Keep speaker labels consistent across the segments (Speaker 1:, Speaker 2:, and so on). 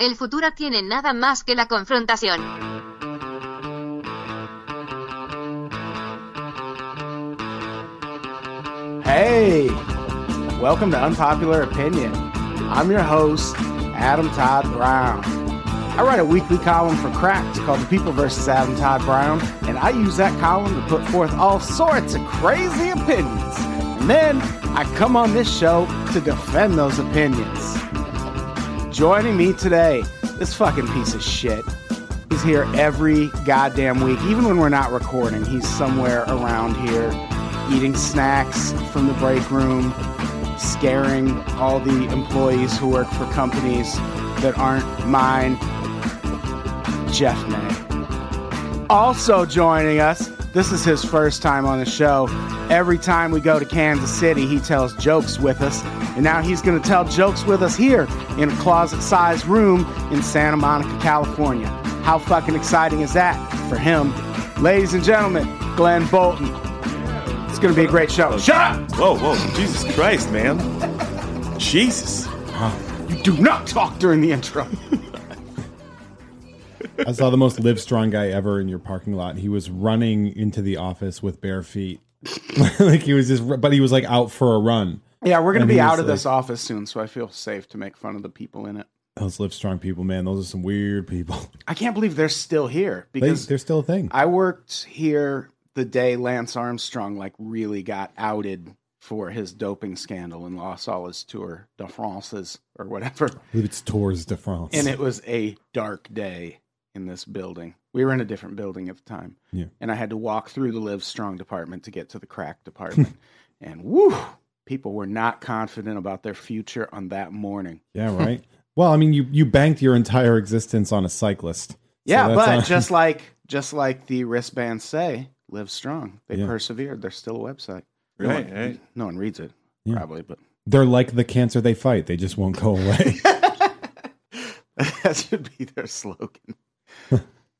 Speaker 1: El futuro tiene nada más que la confrontación.
Speaker 2: Hey, welcome to Unpopular Opinion. I'm your host, Adam Todd Brown. I write a weekly column for Cracked called The People vs. Adam Todd Brown, and I use that column to put forth all sorts of crazy opinions. And then I come on this show to defend those opinions. Joining me today, this fucking piece of shit. He's here every goddamn week, even when we're not recording. He's somewhere around here eating snacks from the break room, scaring all the employees who work for companies that aren't mine. Jeff May. Also joining us, this is his first time on the show. Every time we go to Kansas City, he tells jokes with us, and now he's going to tell jokes with us here in a closet sized room in Santa Monica, California. How fucking exciting is that for him? Ladies and gentlemen, Glenn Bolton. It's going to be a great show. Shut up!
Speaker 3: Whoa, whoa, Jesus Christ, man. Jesus.
Speaker 2: You do not talk during the intro.
Speaker 4: I saw the most live strong guy ever in your parking lot. He was running into the office with bare feet. like he was just, but he was like out for a run.
Speaker 2: Yeah, we're going
Speaker 4: And
Speaker 2: to be
Speaker 4: he
Speaker 2: out
Speaker 4: was
Speaker 2: of this
Speaker 4: like-
Speaker 2: office soon, so I feel safe to make fun of the people in it.
Speaker 4: Those live strong people, man, those are some weird people.
Speaker 2: I can't believe they're still here
Speaker 4: They,
Speaker 2: because
Speaker 4: they're still a thing.
Speaker 2: I worked here the day Lance Armstrong like really got outed for his doping scandal and lost all his tour de France's or whatever.
Speaker 4: I believe it's Tours de France.
Speaker 2: And it was a dark day in this building. We were in a different building at the time.
Speaker 4: Yeah.
Speaker 2: And I had to walk through the Live Strong department to get to the crack department. and woo, people were not confident about their future on that morning.
Speaker 4: yeah, right. well, I mean, you you banked your entire existence on a cyclist. So
Speaker 2: Yeah,
Speaker 4: that's
Speaker 2: but
Speaker 4: on-
Speaker 2: just like just like the wristbands say, live strong. They
Speaker 4: Yeah.
Speaker 2: persevered. There's still a website. No,
Speaker 3: Right,
Speaker 2: one,
Speaker 3: right.
Speaker 2: no one reads it,
Speaker 4: Yeah.
Speaker 2: probably, but
Speaker 4: they're like the cancer they fight; they just won't go away.
Speaker 2: that should be their slogan.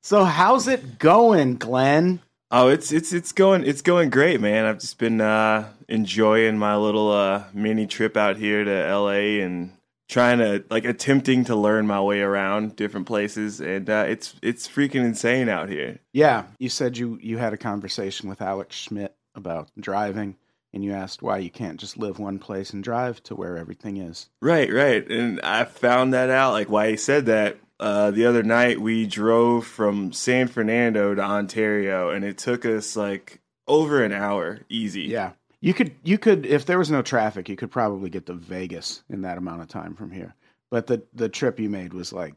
Speaker 2: so how's it going, Glenn?
Speaker 3: Oh, it's it's it's going it's going great, man. I've just been uh enjoying my little uh mini trip out here to LA and trying to like attempting to learn my way around different places and uh it's it's freaking insane out here.
Speaker 2: Yeah, you said you you had a conversation with Alex Schmidt about driving, and you asked why you can't just live one place and drive to where everything is.
Speaker 3: Right, right. And I found that out, like why he said that. Uh, the other night we drove from San Fernando to Ontario and it took us like over an hour easy.
Speaker 2: Yeah, you could you could if there was no traffic, you could probably get to Vegas in that amount of time from here. But the the trip you made was like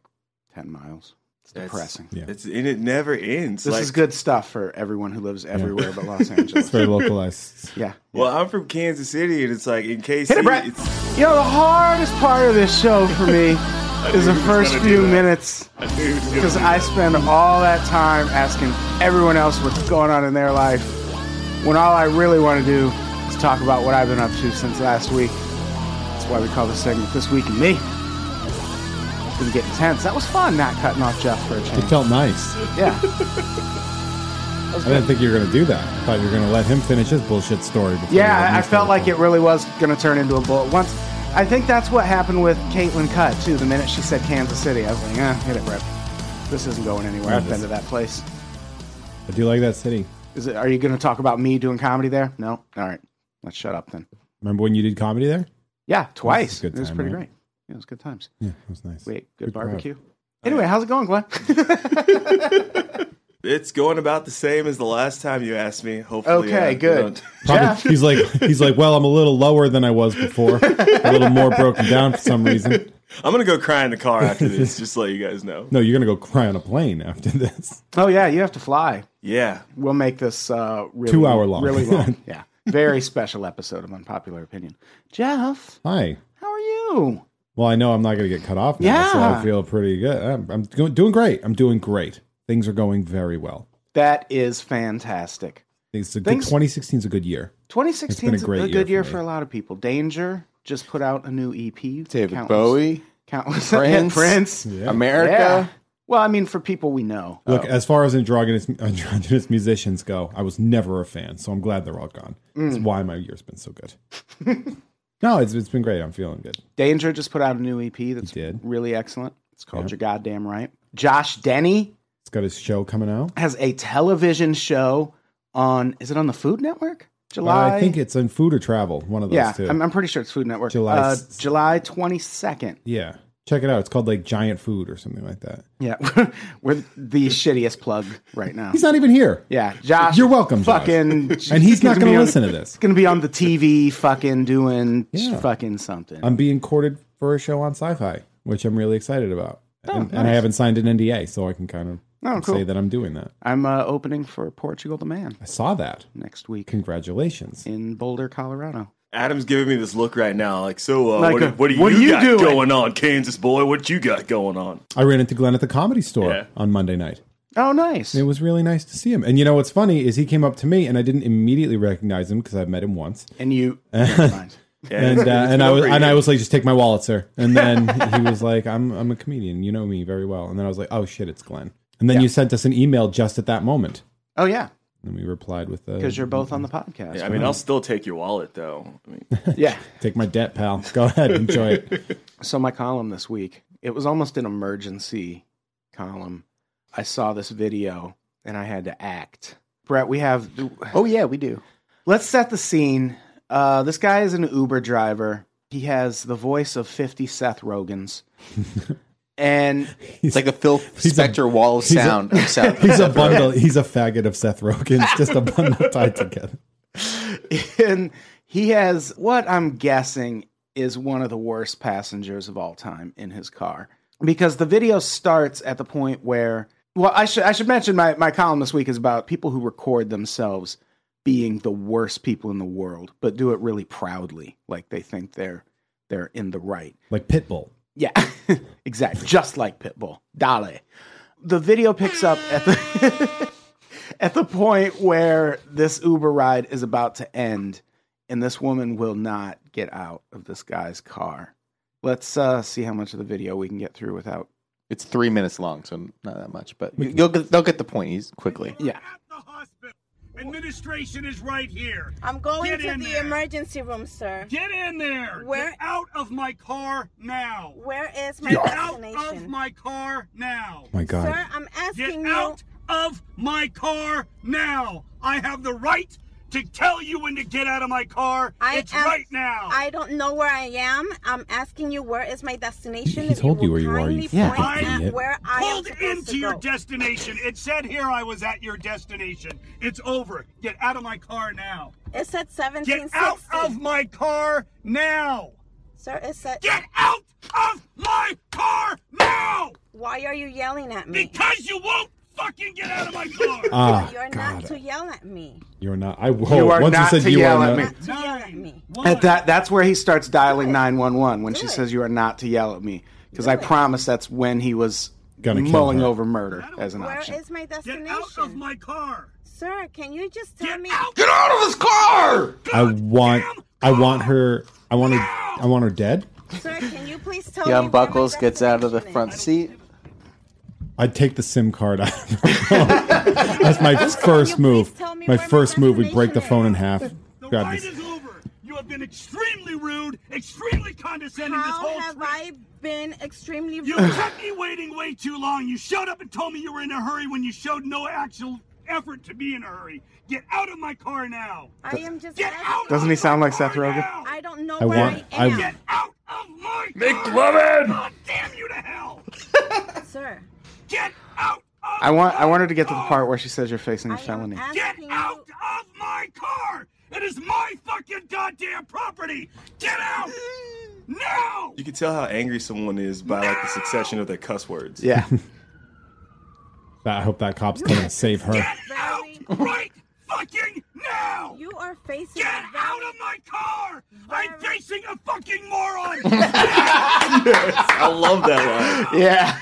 Speaker 2: ten miles. It's
Speaker 3: That's-
Speaker 2: depressing.
Speaker 4: Yeah.
Speaker 3: It's and it never ends.
Speaker 2: This
Speaker 3: like,
Speaker 2: is good stuff for everyone who lives everywhere but Los Angeles.
Speaker 4: it's very localized.
Speaker 2: yeah.
Speaker 3: Well, I'm from Kansas City, and it's like in case
Speaker 2: Hit it, Brett.
Speaker 3: it's
Speaker 2: You know, the hardest part of this show for me is the
Speaker 3: he was
Speaker 2: first
Speaker 3: gonna
Speaker 2: few
Speaker 3: do that.
Speaker 2: minutes because I spend all that time asking everyone else what's going on in their life when all I really want to do is talk about what I've been up to since last week. That's why we call this segment This Week in Me. It's been getting tense. That was fun not cutting off Jeff for a
Speaker 4: It
Speaker 2: change.
Speaker 4: felt nice.
Speaker 2: Yeah.
Speaker 4: I didn't think you were going to do that. I thought you were going to let him finish his bullshit story. Before you let
Speaker 2: Yeah,
Speaker 4: me
Speaker 2: I, I felt
Speaker 4: start
Speaker 2: like
Speaker 4: one.
Speaker 2: it really was going to turn into a bullet. Once, I think that's what happened with Caitlin Cutt too. The minute she said Kansas City, I was like, eh, hit it, Rip. This isn't going anywhere.
Speaker 4: Yeah,
Speaker 2: I've been
Speaker 4: this-
Speaker 2: to that place.
Speaker 4: I do like that city.
Speaker 2: Is it? Are you going to talk about me doing comedy there? No. All right, let's shut up then.
Speaker 4: Remember when you did comedy there?
Speaker 2: Yeah, twice.
Speaker 4: good
Speaker 2: it was
Speaker 4: time,
Speaker 2: pretty
Speaker 4: right?
Speaker 2: great. Yeah, it was good times.
Speaker 4: Yeah, it was nice.
Speaker 2: We ate good,
Speaker 4: Good crowd.
Speaker 2: barbecue. Anyway, how's it going, Glenn?
Speaker 3: it's going about the same as the last time you asked me. Hopefully,
Speaker 2: Okay,
Speaker 3: uh,
Speaker 2: good.
Speaker 3: don't-
Speaker 4: Probably-
Speaker 2: Jeff?
Speaker 4: He's like, he's like, well, I'm a little lower than I was before, a little more broken down for some reason.
Speaker 3: I'm gonna go cry in the car after this, just to let you guys know.
Speaker 4: No, you're gonna go cry on a plane after this.
Speaker 2: oh yeah, you have to fly.
Speaker 3: Yeah,
Speaker 2: We'll make this uh, really,
Speaker 4: Two-hour long.
Speaker 2: Really long. yeah, very special episode of unpopular opinion. Jeff,
Speaker 4: Hi,
Speaker 2: how are you?
Speaker 4: Well, I know I'm not going to get cut off now, so I
Speaker 2: Yeah.
Speaker 4: feel pretty good. I'm, I'm go- doing great. I'm doing great. Things are going very well.
Speaker 2: That is fantastic.
Speaker 4: It's a
Speaker 2: Things-
Speaker 4: good, 2016 is a good year.
Speaker 2: 2016 is
Speaker 4: It's
Speaker 2: a,
Speaker 4: been a great
Speaker 2: good
Speaker 4: year
Speaker 2: year
Speaker 4: for
Speaker 2: for,
Speaker 4: me.
Speaker 2: a lot of people. Danger just put out a new EP.
Speaker 5: David
Speaker 2: Countless-
Speaker 5: Bowie,
Speaker 2: countless
Speaker 5: Prince.
Speaker 2: Prince. Yeah.
Speaker 5: America.
Speaker 2: Well, I mean, for people we know.
Speaker 4: Look, as far as androgynous, androgynous musicians go, I was never a fan, so I'm glad they're all gone.
Speaker 2: Mm.
Speaker 4: That's why my year's been so good. no, it's, it's been great. I'm feeling good.
Speaker 2: Danger just put out a new EP that's
Speaker 4: did.
Speaker 2: really excellent. It's called Your Goddamn Right. Josh Denny
Speaker 4: It's got his show coming out.
Speaker 2: has a television show on, is it on the Food Network? July?
Speaker 4: Uh, I think it's in food or travel, one of those
Speaker 2: yeah,
Speaker 4: 2
Speaker 2: I'm, I'm pretty sure it's Food Network.
Speaker 4: July
Speaker 2: uh,
Speaker 4: s-
Speaker 2: July 22nd.
Speaker 4: yeah, check it out. It's called like Giant Food or something like that.
Speaker 2: Yeah, we're the shittiest plug right now.
Speaker 4: He's not even here.
Speaker 2: Yeah, Josh.
Speaker 4: You're welcome, Josh.
Speaker 2: Fucking,
Speaker 4: And he's not
Speaker 2: be
Speaker 4: going to
Speaker 2: on-
Speaker 4: listen to this.
Speaker 2: He's gonna be on the TV, fucking doing fucking something.
Speaker 4: I'm being courted for a show on Sci-Fi, which I'm really excited about, and, and I haven't signed an NDA, so I can kind of
Speaker 2: Oh, cool.
Speaker 4: say that I'm doing that.
Speaker 2: I'm uh, opening for Portugal the Man
Speaker 4: I saw that.
Speaker 2: next week
Speaker 4: Congratulations.
Speaker 2: in Boulder, Colorado.
Speaker 3: Adam's giving me this look right now, like, so uh,
Speaker 2: Like
Speaker 3: what,
Speaker 2: a-
Speaker 3: what do you,
Speaker 2: what are you
Speaker 3: got
Speaker 2: doing?
Speaker 3: going on, Kansas boy? What you got going on?
Speaker 4: I ran into Glenn at the comedy store
Speaker 3: Yeah.
Speaker 4: on Monday night.
Speaker 2: Oh, nice.
Speaker 4: It was really nice to see him. And you know what's funny is he came up to me, and I didn't immediately recognize him because I've met him once.
Speaker 2: And you, never mind.
Speaker 3: Yeah,
Speaker 4: and uh,
Speaker 3: it's been
Speaker 4: and I was
Speaker 3: over a
Speaker 4: and I
Speaker 3: year.
Speaker 4: was like, just take my wallet, sir. And then he was like, I'm I'm a comedian, you know me very well. And then I was like, oh shit, it's Glenn. And then you sent us an email just at that moment,
Speaker 2: Oh yeah,
Speaker 4: and we replied with, uh,
Speaker 2: because you're both on the podcast.
Speaker 3: Yeah,
Speaker 2: Yeah,
Speaker 3: I mean, I'll still take your wallet though. I mean,
Speaker 4: "Take my debt, pal. Go ahead, enjoy it."
Speaker 2: So my column this week, it was almost an emergency column. I saw this video and I had to act. Brett, we have.
Speaker 5: Oh yeah, we do.
Speaker 2: Let's set the scene. Uh, this guy is an Uber driver. He has the voice of 50 Seth Rogans. and
Speaker 5: It's like the Phil
Speaker 4: he's a-
Speaker 5: Spector wall of
Speaker 4: he's a-
Speaker 5: sound. of sound.
Speaker 4: He's a bundle. He's a faggot of Seth Rogen's, just a bundle tied together.
Speaker 2: and he has what I'm guessing is one of the worst passengers of all time in his car because the video starts at the point where well I should I should mention my my column this week is about people who record themselves being the worst people in the world but do it really proudly like they think they're they're in the right.
Speaker 4: Like Pitbull.
Speaker 2: Yeah, exactly. Just like Pitbull. Dale. The video picks up at the at the point where this Uber ride is about to end, and this woman will not get out of this guy's car. Let's uh, see how much of the video we can get through without.
Speaker 5: It's three minutes long, so not that much, but you- you'll get, they'll get the point eas- quickly.
Speaker 2: Yeah,
Speaker 6: the hospital. Administration is right here.
Speaker 7: I'm going
Speaker 6: Get
Speaker 7: to
Speaker 6: in
Speaker 7: the
Speaker 6: there.
Speaker 7: emergency room, sir.
Speaker 6: Get in there.
Speaker 7: Where-
Speaker 6: Get out of my car now.
Speaker 7: Where is my
Speaker 6: Get out of
Speaker 7: vaccination?
Speaker 6: my car now.
Speaker 4: My God.
Speaker 7: Sir, I'm
Speaker 6: Get
Speaker 7: asking you.
Speaker 6: out of my car now. I have the right to tell you when to get out of my car.
Speaker 7: I
Speaker 6: it's
Speaker 7: am-
Speaker 6: right now.
Speaker 7: I don't know where I am. I'm asking you where is my destination.
Speaker 4: He
Speaker 7: If
Speaker 4: told you
Speaker 7: will
Speaker 4: where you are, you
Speaker 7: kindly
Speaker 4: fucking
Speaker 7: point out
Speaker 4: idiot.
Speaker 7: Where I am
Speaker 6: Pulled
Speaker 7: supposed
Speaker 6: into
Speaker 7: to
Speaker 6: your
Speaker 7: go.
Speaker 6: destination. It said here I was at your destination. It's over. Get out of my car now.
Speaker 7: It's at
Speaker 6: Get out
Speaker 7: 1760.
Speaker 6: of my car now.
Speaker 7: Sir, it's at.
Speaker 6: Get out of my car now!
Speaker 7: Why are you yelling at me?
Speaker 6: Because you won't fucking get out of my car!
Speaker 2: Uh,
Speaker 4: Ah,
Speaker 7: You're not
Speaker 4: God.
Speaker 7: to yell at me.
Speaker 4: You're not. I whoa,
Speaker 2: You are
Speaker 4: once
Speaker 2: not
Speaker 4: you said
Speaker 2: to
Speaker 4: you
Speaker 2: yell
Speaker 4: are
Speaker 2: at
Speaker 4: not,
Speaker 2: me.
Speaker 7: Not to yell at me.
Speaker 2: at that that's where he starts dialing nine one one when
Speaker 7: Do
Speaker 2: she
Speaker 7: it.
Speaker 2: says you are not to yell at me because I promise that's when he was
Speaker 4: Gonna kill
Speaker 2: mulling
Speaker 4: her.
Speaker 2: over murder as an
Speaker 7: Where
Speaker 2: option.
Speaker 7: is my
Speaker 6: Get
Speaker 7: destination?
Speaker 6: out of my car!
Speaker 7: Sir, can you just tell
Speaker 6: Get
Speaker 7: me?
Speaker 6: out!
Speaker 5: Get out of his car!
Speaker 4: I want. I want her. I want her. I want her dead.
Speaker 7: Sir, can you please tell
Speaker 5: He
Speaker 7: me? where my
Speaker 5: unbuckles, gets out of the
Speaker 7: destination is?
Speaker 5: front seat.
Speaker 4: I'd take the SIM card out of her phone. That's my first
Speaker 7: please
Speaker 4: move.
Speaker 7: tell me
Speaker 4: My
Speaker 7: where my
Speaker 4: first move, we break the
Speaker 7: destination
Speaker 4: phone in
Speaker 7: is?
Speaker 4: half.
Speaker 6: The
Speaker 4: Grab
Speaker 6: ride
Speaker 4: this.
Speaker 6: is over! You have been extremely rude, extremely condescending this
Speaker 7: How
Speaker 6: whole
Speaker 7: have
Speaker 6: trip.
Speaker 7: I been extremely
Speaker 6: You
Speaker 7: rude?
Speaker 6: kept me waiting way too long. You showed up and told me you were in a hurry when you showed no actual effort to be in a hurry. Get out of my car now!
Speaker 7: I am just
Speaker 6: Get
Speaker 7: asking.
Speaker 6: out!
Speaker 2: Doesn't
Speaker 6: of
Speaker 2: he
Speaker 6: my
Speaker 2: sound like
Speaker 6: car
Speaker 2: Seth Rogen?
Speaker 6: now!
Speaker 7: I don't know
Speaker 4: I
Speaker 7: where
Speaker 4: want-
Speaker 7: I am.
Speaker 4: I-
Speaker 6: Get out of my car!
Speaker 3: McLovin!
Speaker 6: God damn you to hell!
Speaker 7: Sir,
Speaker 6: Get out! Of
Speaker 2: I want I
Speaker 6: my
Speaker 2: wanted to get to the
Speaker 6: car.
Speaker 2: part where she says you're facing a
Speaker 7: I am
Speaker 2: felony.
Speaker 6: Get
Speaker 7: asking
Speaker 6: out
Speaker 7: you.
Speaker 6: of my car! It is my fucking goddamn property! Get out! Now!
Speaker 3: You can tell how angry someone is by like the succession of their cuss words.
Speaker 2: Yeah.
Speaker 4: I hope that cop's coming to save her.
Speaker 6: Get out
Speaker 7: Very-
Speaker 6: right fucking now!
Speaker 7: You are facing.
Speaker 6: Get
Speaker 7: a
Speaker 6: out
Speaker 7: very-
Speaker 6: of my car! I'm facing a fucking moron!
Speaker 3: I love that line.
Speaker 2: Yeah.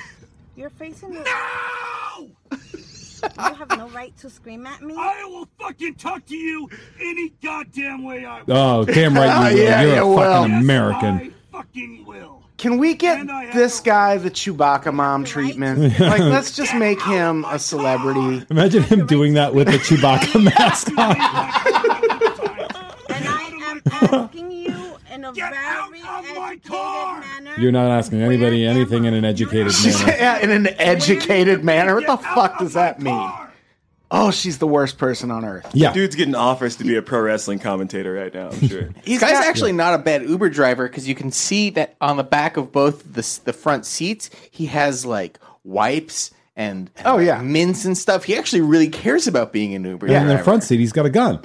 Speaker 7: You're facing. a-
Speaker 6: now!
Speaker 7: You have no right to scream at me.
Speaker 6: I will fucking talk to you any goddamn way I will.
Speaker 4: Oh, damn right you will.
Speaker 2: Yeah,
Speaker 4: You're a
Speaker 2: you will.
Speaker 4: fucking
Speaker 6: Yes,
Speaker 4: American.
Speaker 6: I fucking will.
Speaker 2: Can we get
Speaker 6: And I have
Speaker 2: this
Speaker 6: a-
Speaker 2: guy the Chewbacca mom treatment? Like, let's just make him a celebrity.
Speaker 4: Imagine him doing that with the Chewbacca mask on.
Speaker 7: And I am asking you in a
Speaker 6: Get out
Speaker 7: very
Speaker 6: of my
Speaker 7: educated
Speaker 6: car!
Speaker 7: manner.
Speaker 4: You're not asking anybody anything in an educated
Speaker 2: She's
Speaker 4: manner.
Speaker 2: yeah, in an educated manner. What the
Speaker 6: Get out
Speaker 2: fuck
Speaker 6: of
Speaker 2: does
Speaker 6: my
Speaker 2: that mean?
Speaker 6: car!
Speaker 2: Oh, she's the worst person on earth.
Speaker 4: Yeah.
Speaker 3: Dude's getting offers to be a pro wrestling commentator right now. I'm sure.
Speaker 2: He's
Speaker 8: guy's
Speaker 2: got-
Speaker 8: actually not a bad Uber driver because you can see that on the back of both the s- the front seats, he has like wipes and, and,
Speaker 2: Oh,
Speaker 8: like,
Speaker 2: yeah.
Speaker 8: mints and stuff. He actually really cares about being an Uber.
Speaker 4: And
Speaker 8: driver.
Speaker 4: in the front seat, he's got a gun.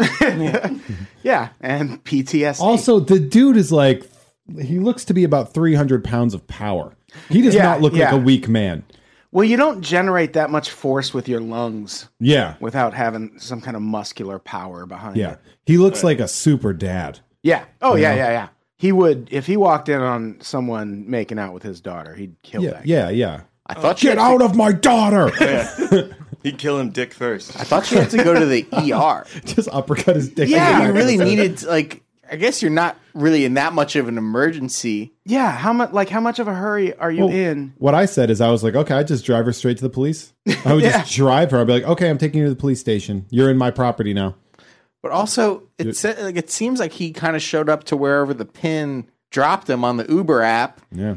Speaker 2: yeah, and PTSD.
Speaker 4: Also, the dude is like, he looks to be about 300 pounds of power. He does
Speaker 2: Yeah,
Speaker 4: not look
Speaker 2: yeah.
Speaker 4: like a weak man.
Speaker 2: well, you don't generate that much force with your lungs
Speaker 4: Yeah.
Speaker 2: without having some kind of muscular power behind
Speaker 4: Yeah.
Speaker 2: it.
Speaker 4: He looks like a super dad.
Speaker 2: Yeah. Oh, yeah,
Speaker 4: know?
Speaker 2: yeah, yeah. He would if he walked in on someone making out with his daughter, he'd kill
Speaker 4: Yeah.
Speaker 2: that. guy.
Speaker 4: Yeah. Yeah.
Speaker 8: I thought she
Speaker 4: Get
Speaker 8: had to-
Speaker 4: out of my daughter.
Speaker 3: He'd kill him dick first.
Speaker 8: I thought she had to go to the ER.
Speaker 4: Just uppercut his dick.
Speaker 2: Yeah.
Speaker 8: Yeah, you really needed like. I guess you're not really in that much of an emergency.
Speaker 2: Yeah. How much? Like, how much of a hurry are you
Speaker 4: Well,
Speaker 2: in?
Speaker 4: What I said is, I was like, okay, I just drive her straight to the police. I would just drive her. I'd be like, okay, I'm taking you to the police station. You're in my property now.
Speaker 8: But also, it se- like it seems like he kind of showed up to wherever the pin dropped him on the Uber app.
Speaker 4: Yeah.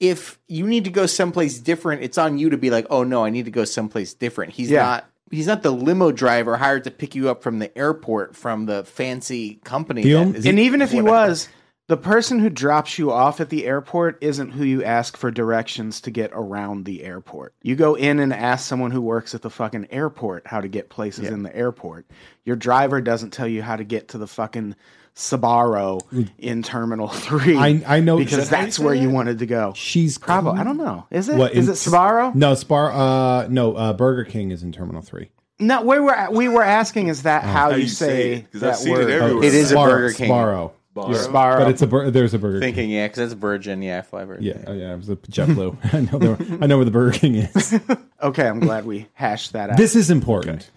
Speaker 8: If you need to go someplace different, it's on you to be like, "Oh no, I need to go someplace different." He's
Speaker 2: Yeah.
Speaker 8: not. He's not the limo driver hired to pick you up from the airport from the fancy company.
Speaker 4: The
Speaker 8: that
Speaker 4: only-
Speaker 8: is-
Speaker 2: And even if he
Speaker 8: whatever.
Speaker 2: was, the person who drops you off at the airport isn't who you ask for directions to get around the airport. You go in and ask someone who works at the fucking airport how to get places in the airport. Your driver doesn't tell you how to get to the fucking Sabaro in Terminal 3.
Speaker 4: Mm. I- I know-
Speaker 2: because
Speaker 4: Is that how you
Speaker 2: that's
Speaker 4: say
Speaker 2: where you
Speaker 4: that?
Speaker 2: wanted to go.
Speaker 4: She's
Speaker 2: Probably. I don't know. Is it? Is
Speaker 4: What, in-
Speaker 2: it Sabaro?
Speaker 4: No, Spar. Uh, no, uh, Burger King is in Terminal Three.
Speaker 2: No, we were we were asking is
Speaker 4: Oh.
Speaker 2: that how you say
Speaker 3: it, 'cause I've
Speaker 2: that
Speaker 3: seen it
Speaker 2: word?
Speaker 3: everywhere.
Speaker 8: It is a
Speaker 4: Spar-
Speaker 8: Burger King.
Speaker 4: Sparrow.
Speaker 3: Bar-
Speaker 4: Yeah.
Speaker 2: Sparrow.
Speaker 4: But it's a bur- there's a Burger King.
Speaker 8: thinking, yeah, because that's Virgin. Yeah, fly Virgin.
Speaker 4: Yeah, oh, yeah, it was a JetBlue. I know, there, I know where the Burger King is.
Speaker 2: Okay, I'm glad we hashed that out.
Speaker 4: This is important.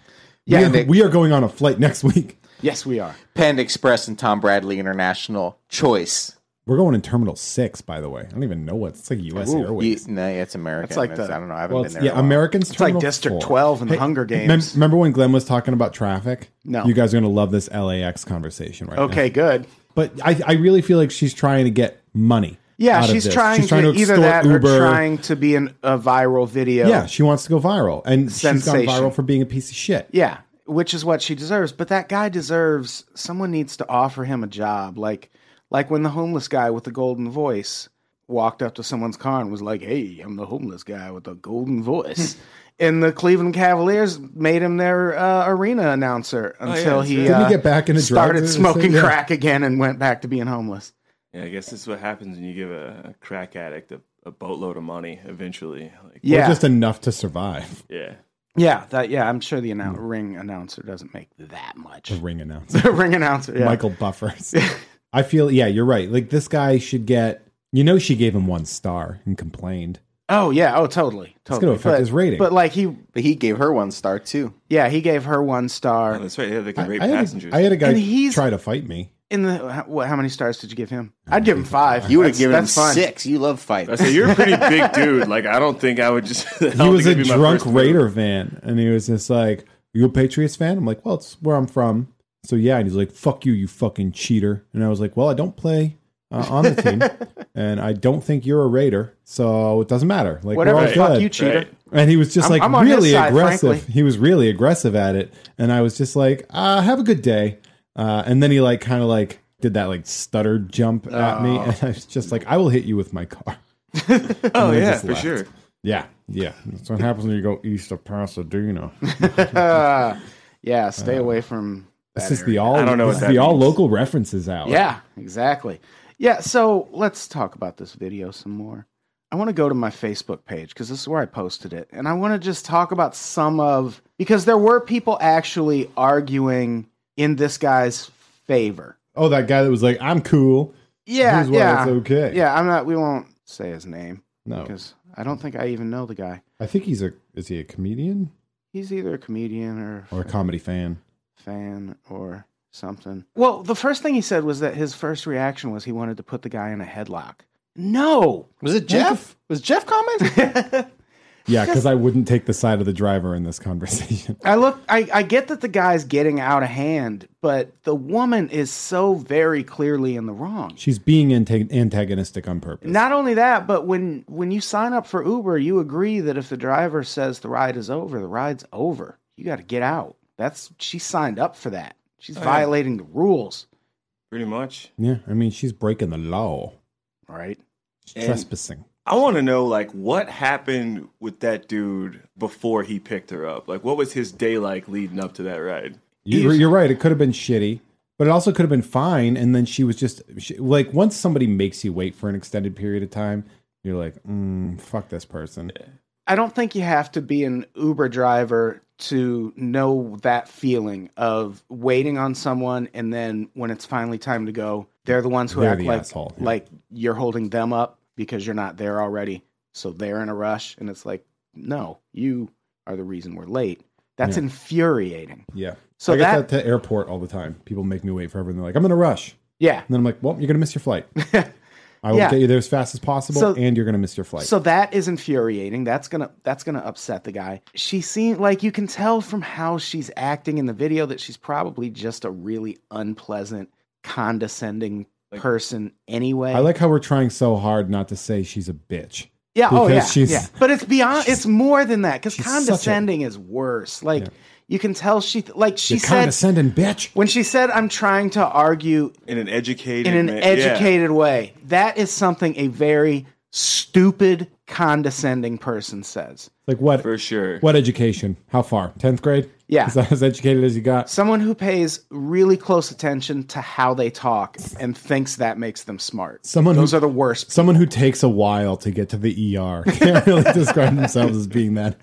Speaker 2: Yeah,
Speaker 4: we, are,
Speaker 8: they-
Speaker 4: we are going on a flight next week.
Speaker 2: yes, we are.
Speaker 8: Panda Express and Tom Bradley International choice.
Speaker 4: We're going in Terminal Six, by the way. I don't even know what it's like. U.S.
Speaker 8: You,
Speaker 4: Airways.
Speaker 8: no, yeah, it's American.
Speaker 2: It's like
Speaker 8: It's-
Speaker 2: the-
Speaker 8: I don't know. I haven't
Speaker 4: Well,
Speaker 8: been
Speaker 4: it's,
Speaker 8: there. in
Speaker 4: yeah,
Speaker 8: a while.
Speaker 4: Americans.
Speaker 2: It's like District 12 in the Hunger Games.
Speaker 4: remember when Glenn was talking about traffic?
Speaker 2: No.
Speaker 4: you guys are going to love this LAX conversation right now.
Speaker 2: Okay, good.
Speaker 4: but I, I really feel like she's trying to get money.
Speaker 2: Yeah,
Speaker 4: out of
Speaker 2: she's
Speaker 4: this.
Speaker 2: trying, to, either
Speaker 4: extort
Speaker 2: that or trying to be in a viral video.
Speaker 4: Yeah, she wants to go viral, and she's
Speaker 2: Sensation.
Speaker 4: gone viral for being a piece of shit.
Speaker 2: Yeah, which is what she deserves. But that guy deserves someone needs to offer him a job. Like like when the homeless guy with the golden voice walked up to someone's car and was like, "Hey, I'm the homeless guy with the golden voice." And the Cleveland Cavaliers made him their uh, arena announcer
Speaker 4: Oh,
Speaker 2: until
Speaker 3: that's
Speaker 2: he,
Speaker 3: right.
Speaker 4: Didn't he
Speaker 2: uh,
Speaker 4: get back into drugs
Speaker 2: started
Speaker 4: or
Speaker 2: smoking
Speaker 4: something? Yeah.
Speaker 2: crack again and went back to being homeless.
Speaker 3: Yeah, I guess this is what happens when you give a, a crack addict a, a boatload of money eventually. Like,
Speaker 4: Or
Speaker 2: Yeah,
Speaker 4: just enough to survive.
Speaker 3: yeah.
Speaker 2: Yeah, that yeah, I'm sure the annou- ring announcer doesn't make that much.
Speaker 4: Mm. The ring announcer,
Speaker 2: The ring announcer, yeah.
Speaker 4: Michael Buffers. I feel, yeah, you're right. Like this guy should get. You know, she gave him one star and complained.
Speaker 2: Oh yeah, oh totally, totally.
Speaker 4: gonna affect
Speaker 2: but,
Speaker 4: his rating.
Speaker 2: But like he,
Speaker 8: But he gave her one star too.
Speaker 2: yeah, he gave her one
Speaker 3: Oh,
Speaker 2: star.
Speaker 3: that's right. Yeah, they can rape
Speaker 4: I had,
Speaker 3: passengers.
Speaker 4: a, I had a guy
Speaker 2: And he's-
Speaker 4: try to fight me.
Speaker 2: In the how- what? How many stars did you give him? I'd give him five.
Speaker 8: You would
Speaker 2: That's-
Speaker 8: have given him
Speaker 2: that's fine.
Speaker 8: six. You love
Speaker 3: I
Speaker 8: fights.
Speaker 3: said, you're a pretty big dude. Like, I don't think I would just. I
Speaker 4: he
Speaker 3: don't
Speaker 4: was a
Speaker 3: think it'd be my
Speaker 4: drunk
Speaker 3: first move.
Speaker 4: Raider fan, and he was just like, "You a Patriots fan?" I'm like, "Well, it's where I'm from." So yeah, and he's like, "Fuck you, you fucking cheater!" And I was like, "Well, I don't play uh, on the team, and I don't think you're a Raider, so it doesn't matter." Like
Speaker 2: Whatever.
Speaker 4: we're all
Speaker 2: Fuck
Speaker 4: good.
Speaker 2: you, cheater.
Speaker 3: Right.
Speaker 4: And he was just
Speaker 2: I'm-
Speaker 4: like
Speaker 2: I'm on his
Speaker 4: really
Speaker 2: side,
Speaker 4: aggressive.
Speaker 2: frankly.
Speaker 4: He was really aggressive at it, and I was just like, uh, "Have a good day." Uh, and then he like kind of like did that like stutter jump at
Speaker 2: Oh.
Speaker 4: me, and I was just like, "I will hit you with my car."
Speaker 3: Oh,
Speaker 4: And I
Speaker 3: yeah,
Speaker 4: just
Speaker 3: for
Speaker 4: left.
Speaker 3: sure.
Speaker 4: Yeah, yeah. That's what happens when you go east of Pasadena.
Speaker 2: Uh, yeah, stay
Speaker 4: Uh.
Speaker 2: away from.
Speaker 4: This is the all.
Speaker 3: I don't know what
Speaker 4: This is
Speaker 3: that
Speaker 4: the all
Speaker 3: means.
Speaker 4: local references out.
Speaker 2: Yeah, exactly. Yeah, so let's talk about this video some more. I want to go to my Facebook page because this is where I posted it. And I want to just talk about some of, because there were people actually arguing in this guy's favor.
Speaker 4: Oh, that guy that was like, "I'm cool."
Speaker 2: Yeah.
Speaker 4: Here's why
Speaker 2: yeah.
Speaker 4: it's okay. Oh.
Speaker 2: Yeah. I'm not, we won't say his name
Speaker 4: No,
Speaker 2: because I don't think I even know the guy.
Speaker 4: I think he's a is he a comedian
Speaker 2: He's either a comedian or,
Speaker 4: or a comedy fan?
Speaker 2: fan or something. Well, the first thing he said was that his first reaction was he wanted to put the guy in a headlock. No.
Speaker 6: Was it Jeff? Was Jeff comment?
Speaker 4: Yeah, because I wouldn't take the side of the driver in this conversation.
Speaker 2: I look I, I get that the guy's getting out of hand, but the woman is so very clearly in the wrong.
Speaker 4: She's being anta- antagonistic on purpose.
Speaker 2: Not only that, but when when you sign up for Uber, you agree that if the driver says the ride is over, the ride's over. You got to get out. That's she signed up for that.
Speaker 6: Oh,
Speaker 2: She's
Speaker 3: yeah.
Speaker 2: violating the rules,
Speaker 3: Pretty much.
Speaker 4: yeah, I mean, she's breaking the law,
Speaker 2: right?
Speaker 4: she's
Speaker 3: And-
Speaker 4: trespassing.
Speaker 3: I want to know like what happened with that dude before he picked her up. Like, what was his day like leading up to that ride?
Speaker 4: You, you're right. It could have been shitty, but it also could have been fine. And then she was just she, like, once somebody makes you wait for an extended period of time, you're like, mm, "Fuck this person."
Speaker 2: I don't think you have to be an Uber driver to know that feeling of waiting on someone and then when it's finally time to go, they're the ones who
Speaker 4: They're
Speaker 2: act
Speaker 4: the
Speaker 2: like
Speaker 4: asshole, yeah.
Speaker 2: like you're holding them up because you're not there already. So they're in a rush and it's like, no, you are the reason we're late. That's
Speaker 4: Yeah.
Speaker 2: infuriating.
Speaker 4: Yeah.
Speaker 2: So
Speaker 4: I get
Speaker 2: that-
Speaker 4: that, to airport all the time. People make me wait forever, and they're like, "I'm in a rush,"
Speaker 2: Yeah.
Speaker 4: and then I'm like, "Well, you're gonna miss your flight. I will
Speaker 2: Yeah.
Speaker 4: get you there as fast as possible,
Speaker 2: So-
Speaker 4: and you're gonna miss your flight."
Speaker 2: So that is infuriating. That's gonna that's gonna upset the guy. She seemed like you can tell from how she's acting in the video that she's probably just a really unpleasant, condescending person anyway.
Speaker 4: I like how we're trying so hard not to say she's a bitch.
Speaker 2: yeah, oh yeah,
Speaker 4: because she's-
Speaker 2: yeah. But it's beyond. It's more than that because
Speaker 4: she's such a-
Speaker 2: condescending is worse. Like you can tell she like she
Speaker 4: You
Speaker 2: said
Speaker 4: condescending bitch.
Speaker 2: when she said I'm trying to argue
Speaker 3: In an educated,
Speaker 2: in an
Speaker 3: ma- yeah.
Speaker 2: educated way. That is something a very stupid, condescending person says.
Speaker 4: Like what?
Speaker 3: for sure.
Speaker 4: What education? How far? Tenth grade?
Speaker 2: Yeah.
Speaker 4: Is that as educated as you got?
Speaker 2: someone who pays really close attention to how they talk and thinks that makes them smart.
Speaker 4: Someone
Speaker 2: Those
Speaker 4: who-
Speaker 2: are the worst.
Speaker 4: Someone who takes a while to get to the ER can't really describe themselves as being that.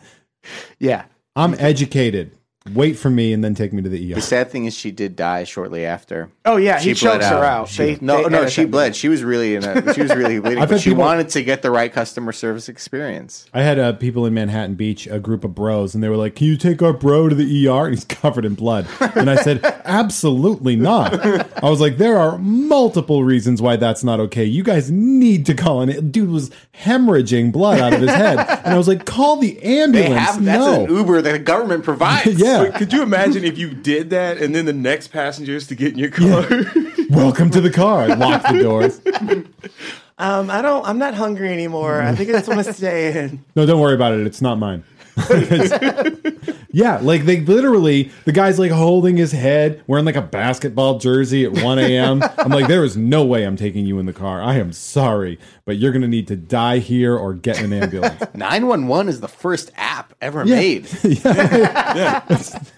Speaker 2: Yeah.
Speaker 4: I'm educated. Wait for me and then take me to the ER.
Speaker 6: the sad thing is, she did die shortly after.
Speaker 2: Oh yeah, he
Speaker 6: bled
Speaker 2: chokes her out.
Speaker 6: She-
Speaker 2: They-
Speaker 6: no,
Speaker 2: they
Speaker 6: no,
Speaker 2: edit
Speaker 6: she
Speaker 2: that.
Speaker 6: bled. She was really in a. She was really bleeding.
Speaker 4: I
Speaker 6: but
Speaker 4: bet
Speaker 6: she
Speaker 4: people-
Speaker 6: wanted to get the right customer service experience.
Speaker 4: I had uh, people in Manhattan Beach, a group of bros, and they were like, "Can you take our bro to the ER?" And he's covered in blood. And I said, "Absolutely not." I was like, "There are multiple reasons why that's not okay. You guys need to call an dude was hemorrhaging blood out of his head." And I was like, "Call the
Speaker 6: They
Speaker 4: ambulance."
Speaker 6: have that's
Speaker 4: no.
Speaker 6: an Uber that the government provides.
Speaker 4: yeah.
Speaker 3: But could you imagine if you did that and then the next passengers to get in your car?
Speaker 4: Welcome to the car. Lock the doors.
Speaker 3: um, I don't. I'm not hungry anymore. I think I just want to stay in.
Speaker 4: No, don't worry about it. It's not mine. yeah, like they literally, the guy's like holding his head, wearing like a basketball jersey at 1 a.m. I'm like, there is no way I'm taking you in the car. I am sorry, but you're going to need to die here or get in an ambulance.
Speaker 6: Nine one one is the first app ever made.
Speaker 4: Yes.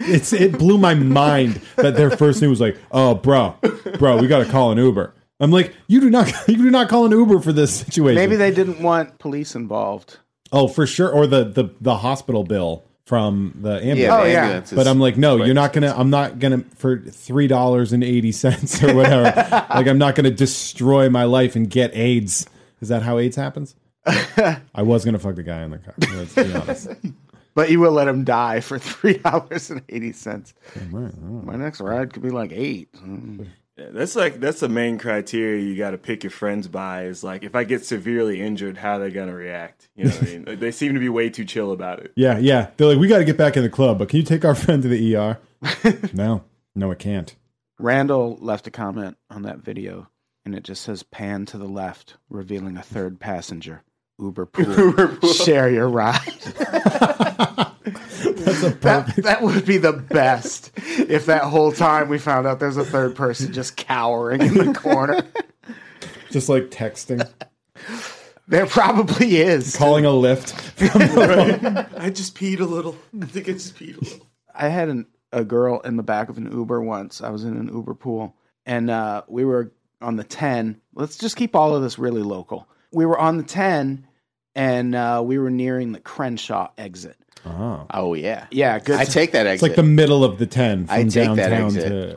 Speaker 4: it's, it blew my mind that their first thing was like, oh, bro, bro, we got to call an Uber. I'm like, you do not, you do not call an Uber for this situation.
Speaker 2: Maybe they didn't want police involved.
Speaker 4: Oh, for sure. Or the the the hospital bill from the ambulance.
Speaker 6: Yeah,
Speaker 2: Oh,
Speaker 6: the
Speaker 2: yeah.
Speaker 6: ambulance is-
Speaker 4: but I'm like, no, you're not gonna. I'm not gonna for three dollars and eighty cents or whatever. like, I'm not gonna destroy my life and get AIDS. Is that how AIDS happens? I was gonna fuck the guy in the car. Let's be honest.
Speaker 2: But you will let him die for three dollars and eighty cents.
Speaker 4: Right,
Speaker 2: My next ride could be like eight.
Speaker 3: Yeah, that's like that's the main criteria you got to pick your friends by. Is like if I get severely injured, how are they gonna react? You know what I mean? Like, they seem to be way too chill about it.
Speaker 4: Yeah, yeah. They're like, we got to get back in the club, but can you take our friend to the ER? no, no, I can't.
Speaker 2: Randall left a comment on that video, and it just says pan to the left, revealing a third passenger. Uber pool. Share your ride.
Speaker 4: That's a
Speaker 2: That,
Speaker 4: perfect.
Speaker 2: that would be the best if that whole time we found out there's a third person just cowering in the corner.
Speaker 4: Just like texting,
Speaker 2: There probably is.
Speaker 4: calling a lift.
Speaker 3: I just peed a little. I think I just peed a little.
Speaker 2: I had an, a girl in the back of an Uber once. I was in an Uber pool and uh, we were on the 10. Let's just keep all of this really local. we were on the 10 and uh, we were nearing the Crenshaw exit.
Speaker 4: Oh.
Speaker 6: Oh yeah,
Speaker 2: Yeah, good.
Speaker 6: I take that
Speaker 4: It's
Speaker 6: exit.
Speaker 4: like the middle of the 10 from
Speaker 6: I take that
Speaker 4: downtown
Speaker 6: exit.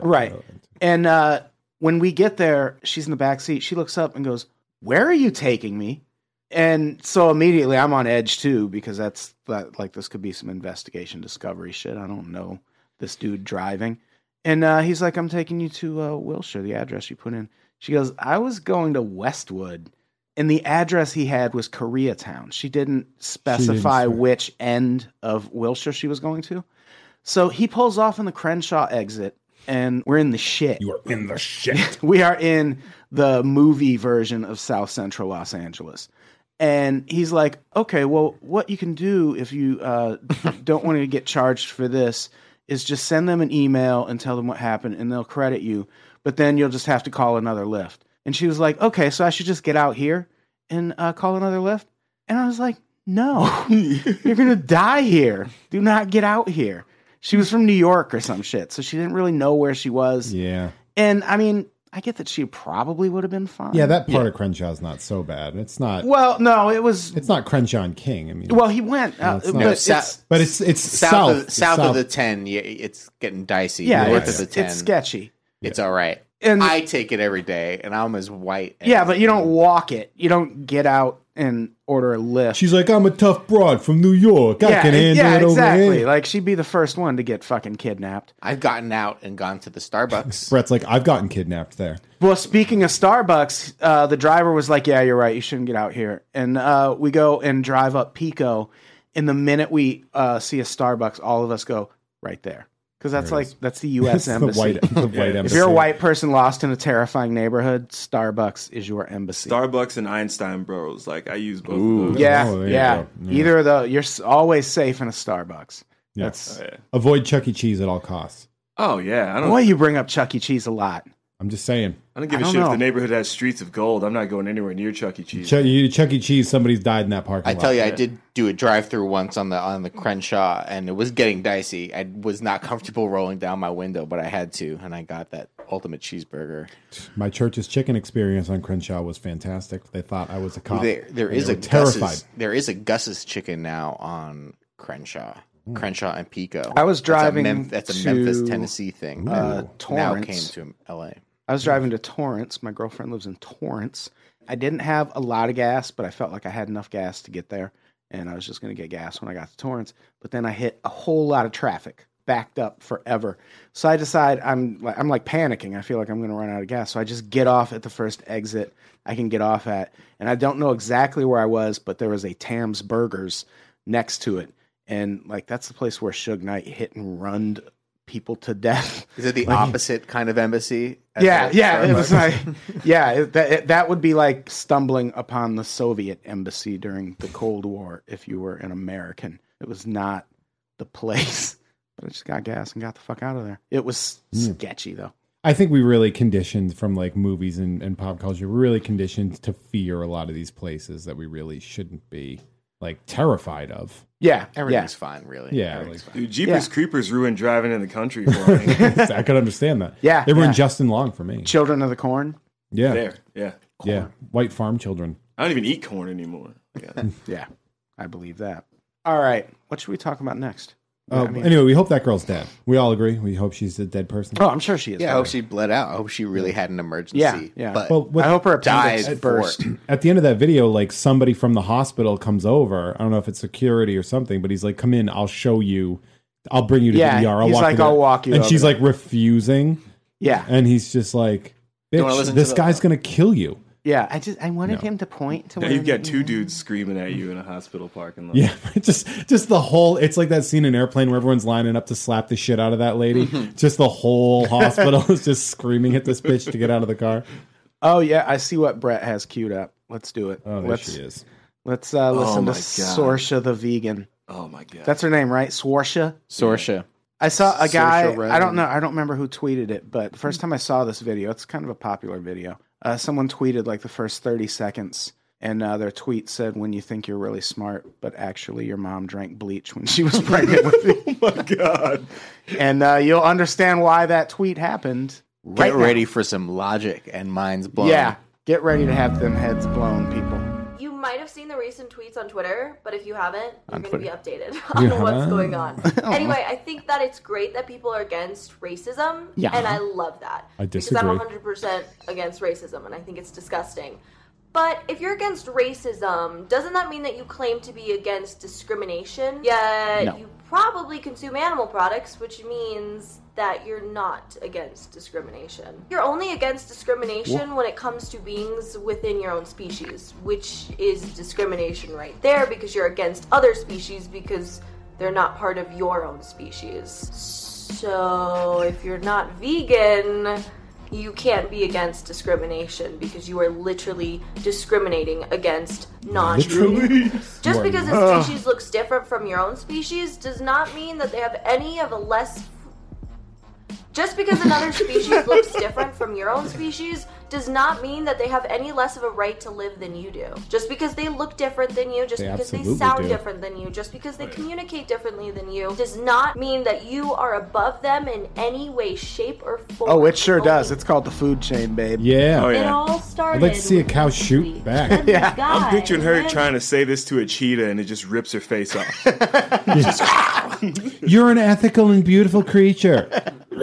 Speaker 4: to.
Speaker 2: Right. And uh, when we get there, she's in the back seat. She looks up and goes, "Where are you taking me?" And so immediately, I'm on edge too because that's that, like this could be some investigation discovery shit. I don't know this dude driving, and uh, he's like, "I'm taking you to uh, Wilshire, the address you put in." She goes, "I was going to Westwood." And the address he had was Koreatown. She didn't specify
Speaker 4: say.
Speaker 2: which end of Wilshire she was going to. So he pulls off in the Crenshaw exit, and we're in the shit.
Speaker 4: You are in the shit.
Speaker 2: We are in the movie version of South Central Los Angeles. And he's like, okay, well, what you can do if you uh, don't want to get charged for this is just send them an email and tell them what happened, and they'll credit you. But then you'll just have to call another Lyft. And she was like, okay, so I should just get out here and uh, call another Lyft? And I was like, no, you're going to die here. Do not get out here. She was from New York or some shit, so she didn't really know where she was.
Speaker 4: yeah.
Speaker 2: And I mean, I get that she probably would have been fine.
Speaker 4: Yeah, that part of Crenshaw's not so bad. It's not.
Speaker 2: Well, no, it was.
Speaker 4: It's not Crenshaw and King. I mean,
Speaker 2: Well, he went. Uh,
Speaker 4: it's not.
Speaker 2: but
Speaker 4: No,
Speaker 2: it's,
Speaker 6: Sa-
Speaker 4: but it's it's
Speaker 6: south,
Speaker 4: south
Speaker 6: of,
Speaker 4: It's
Speaker 6: south, of the ten. Yeah, it's getting dicey.
Speaker 2: yeah,
Speaker 6: north
Speaker 2: it's,
Speaker 6: of the ten,
Speaker 2: it's sketchy.
Speaker 6: It's all right.
Speaker 2: And
Speaker 6: I take it every day, and I'm as white. as-
Speaker 2: yeah, but you don't walk it. You don't get out and order a lift.
Speaker 4: She's like, I'm a tough broad from New York. I
Speaker 2: yeah,
Speaker 4: can handle
Speaker 2: yeah,
Speaker 4: it over
Speaker 2: exactly.
Speaker 4: here.
Speaker 2: Like she'd be the first one to get fucking kidnapped.
Speaker 6: I've gotten out and gone to the Starbucks.
Speaker 4: Brett's like, I've gotten kidnapped there.
Speaker 2: Well, speaking of Starbucks, uh, the driver was like, "Yeah, you're right. You shouldn't get out here." And uh, we go and drive up Pico, and the minute we uh, see a Starbucks, all of us go right there because that's
Speaker 4: There it
Speaker 2: like
Speaker 4: is.
Speaker 2: that's the U.S.
Speaker 4: It's the
Speaker 2: embassy.
Speaker 4: white, the white
Speaker 2: If
Speaker 4: embassy.
Speaker 2: you're a white person lost in a terrifying neighborhood, Starbucks is your embassy.
Speaker 3: Starbucks and Einstein Bros. Like I use both.
Speaker 4: Ooh.
Speaker 3: Of those.
Speaker 2: yeah,
Speaker 4: Oh, there you
Speaker 2: yeah.
Speaker 4: go. Yeah.
Speaker 2: Either of those, you're s- always safe in a Starbucks.
Speaker 4: Yeah.
Speaker 2: That's
Speaker 3: Oh, yeah.
Speaker 4: avoid Chuck E. Cheese at all costs.
Speaker 3: Oh yeah. I don't.
Speaker 2: boy, you bring up Chuck E. Cheese a lot.
Speaker 4: I'm just saying.
Speaker 3: I don't give
Speaker 2: I
Speaker 3: a
Speaker 2: don't
Speaker 3: shit
Speaker 2: know.
Speaker 3: if the neighborhood has streets of gold. I'm not going anywhere near Chuck E. Cheese.
Speaker 4: Chuck, you, Chuck E. Cheese, somebody's died in that parking
Speaker 6: I
Speaker 4: lot.
Speaker 6: tell you, I did do a drive-through once on the on the Crenshaw, and it was getting dicey. I was not comfortable rolling down my window, but I had to, and I got that ultimate cheeseburger.
Speaker 4: My church's chicken experience on Crenshaw was fantastic. They thought I was a cop.
Speaker 6: There, there
Speaker 4: And
Speaker 6: is
Speaker 4: they
Speaker 6: a
Speaker 4: were terrified.
Speaker 6: Gus's, there is a Gus's chicken now on Crenshaw, Crenshaw and Pico.
Speaker 2: I was
Speaker 6: That's a Mem-
Speaker 2: driving
Speaker 6: That's a,
Speaker 2: to,
Speaker 6: Memphis, Tennessee thing.
Speaker 2: Uh,
Speaker 6: now
Speaker 2: Torrance.
Speaker 6: came to L.A.
Speaker 2: I was driving to Torrance. My girlfriend lives in Torrance. I didn't have a lot of gas, but I felt like I had enough gas to get there. And I was just going to get gas when I got to Torrance. But then I hit a whole lot of traffic, backed up forever. So I decide I'm like, I'm like panicking. I feel like I'm going to run out of gas. So I just get off at the first exit I can get off at. And I don't know exactly where I was, but there was a Tam's Burgers next to it. And like, that's the place where Suge Knight hit and runned people to death.
Speaker 6: Is it the opposite kind of embassy? as
Speaker 2: Yeah,
Speaker 6: a
Speaker 2: yeah, it was
Speaker 6: Starbucks?
Speaker 2: like, yeah, it, that it, that would be like stumbling upon the Soviet embassy during the Cold War if you were an American. It was not the place, but I just got gas and got the fuck out of there. It was
Speaker 4: Hmm.
Speaker 2: sketchy though.
Speaker 4: I think we really conditioned from like movies and, and pop culture, we're really conditioned to fear a lot of these places that we really shouldn't be like terrified of.
Speaker 2: Yeah, yeah.
Speaker 6: everything's fine, really.
Speaker 4: Yeah,
Speaker 6: Everything's fine.
Speaker 3: Dude, Jeepers
Speaker 2: Yeah.
Speaker 3: Creepers ruined driving in the country for me.
Speaker 4: I could understand that.
Speaker 2: Yeah,
Speaker 4: They were
Speaker 2: yeah.
Speaker 4: in Justin Long for me.
Speaker 2: Children of the Corn.
Speaker 4: Yeah.
Speaker 3: there. Yeah.
Speaker 4: Yeah. White farm children.
Speaker 3: I don't even eat corn anymore. Yeah.
Speaker 2: Yeah, I believe that. All right, what should we talk about next?
Speaker 4: Uh,
Speaker 2: I mean-
Speaker 4: anyway, we hope that girl's dead. We all agree. We hope she's a dead person.
Speaker 2: Oh, I'm sure she is.
Speaker 6: Yeah, I
Speaker 2: better.
Speaker 6: hope she bled out. I hope she really had an emergency.
Speaker 2: Yeah, yeah.
Speaker 6: But
Speaker 4: Well, what-
Speaker 2: I hope her appendix
Speaker 6: died
Speaker 2: burst.
Speaker 6: for it.
Speaker 4: at the end of that video, like somebody from the hospital comes over. I don't know if it's security or something, but he's like, "Come in, I'll show you. I'll bring you to
Speaker 2: Yeah,
Speaker 4: the ER. I'll
Speaker 2: he's
Speaker 4: walk
Speaker 2: like,
Speaker 4: you there."
Speaker 2: "I'll walk you
Speaker 4: And
Speaker 2: over
Speaker 4: she's
Speaker 2: there.
Speaker 4: like refusing,
Speaker 2: Yeah,
Speaker 4: and he's just like,
Speaker 6: wanna
Speaker 4: "Bitch,
Speaker 6: listen
Speaker 4: this
Speaker 6: to the-
Speaker 4: guy's gonna kill you."
Speaker 2: yeah. I just I wanted him to point to.
Speaker 3: Now
Speaker 2: where
Speaker 3: you've got
Speaker 2: the-
Speaker 3: two dudes screaming at you in a hospital parking lot.
Speaker 4: Yeah, just just the whole. It's like that scene in Airplane where everyone's lining up to slap the shit out of that lady.
Speaker 6: Mm-hmm.
Speaker 4: Just the whole hospital is just screaming at this bitch to get out of the car.
Speaker 2: Oh yeah, I see what Brett has queued up. Let's do it.
Speaker 4: Oh, there
Speaker 2: Let's
Speaker 4: she is.
Speaker 2: Let's uh, listen
Speaker 3: Oh my
Speaker 2: to
Speaker 3: God.
Speaker 2: Sorsha the vegan.
Speaker 3: Oh my god.
Speaker 2: That's her name, right? Sorsha.
Speaker 6: Sorsha.
Speaker 2: I saw a
Speaker 6: Saoirse
Speaker 2: guy. I don't
Speaker 6: Ronan.
Speaker 2: know. I don't remember who tweeted it, but the first time I saw this video, it's kind of a popular video. Uh, someone tweeted like the first thirty seconds, and uh, their tweet said, "When you think you're really smart, but actually your mom drank bleach when she was pregnant with you."
Speaker 3: oh my god.
Speaker 2: And uh, you'll understand why that tweet happened. Right
Speaker 6: Get
Speaker 2: now.
Speaker 6: ready for some logic and minds blown.
Speaker 2: Yeah, get ready to have them heads blown, people.
Speaker 8: might have seen the recent tweets on Twitter, but if you haven't, you're
Speaker 6: On
Speaker 8: going to be updated
Speaker 4: You
Speaker 8: on what's
Speaker 4: haven't?
Speaker 8: going on. anyway, I think that it's great that people are against racism,
Speaker 6: Yeah.
Speaker 8: and I love that.
Speaker 4: I
Speaker 8: Because I'm
Speaker 4: disagree.
Speaker 8: 100% against racism, and I think it's disgusting. But if you're against racism, doesn't that mean that you claim to be against discrimination? Yet
Speaker 6: No.
Speaker 8: you probably consume animal products, which means that you're not against discrimination. You're only against discrimination when it comes to beings within your own species, which is discrimination right there because you're against other species because they're not part of your own species. So if you're not vegan, you can't be against discrimination because you are literally discriminating against non just because a species looks different from your own species does not mean that they have any of a less. Just because another species looks different from your own species does not mean that they have any less of a right to live than you do. Just because they look different than you, just
Speaker 4: They
Speaker 8: because they
Speaker 4: absolutely
Speaker 8: sound
Speaker 4: do.
Speaker 8: different than you, just because they communicate differently than you, does not mean that you are above them in any way, shape, or form.
Speaker 2: Oh, it sure
Speaker 8: Only
Speaker 2: does. It's called the food chain, babe.
Speaker 4: Yeah.
Speaker 3: Oh
Speaker 9: It
Speaker 3: yeah.
Speaker 9: all started.
Speaker 4: I'd like to see a
Speaker 9: with
Speaker 4: cow
Speaker 9: one
Speaker 4: shoot
Speaker 9: tweet.
Speaker 4: back.
Speaker 9: Then this guy
Speaker 3: I'm picturing her
Speaker 9: went-
Speaker 3: trying to say this to a cheetah, and it just rips her face off.
Speaker 4: You're an ethical and beautiful creature.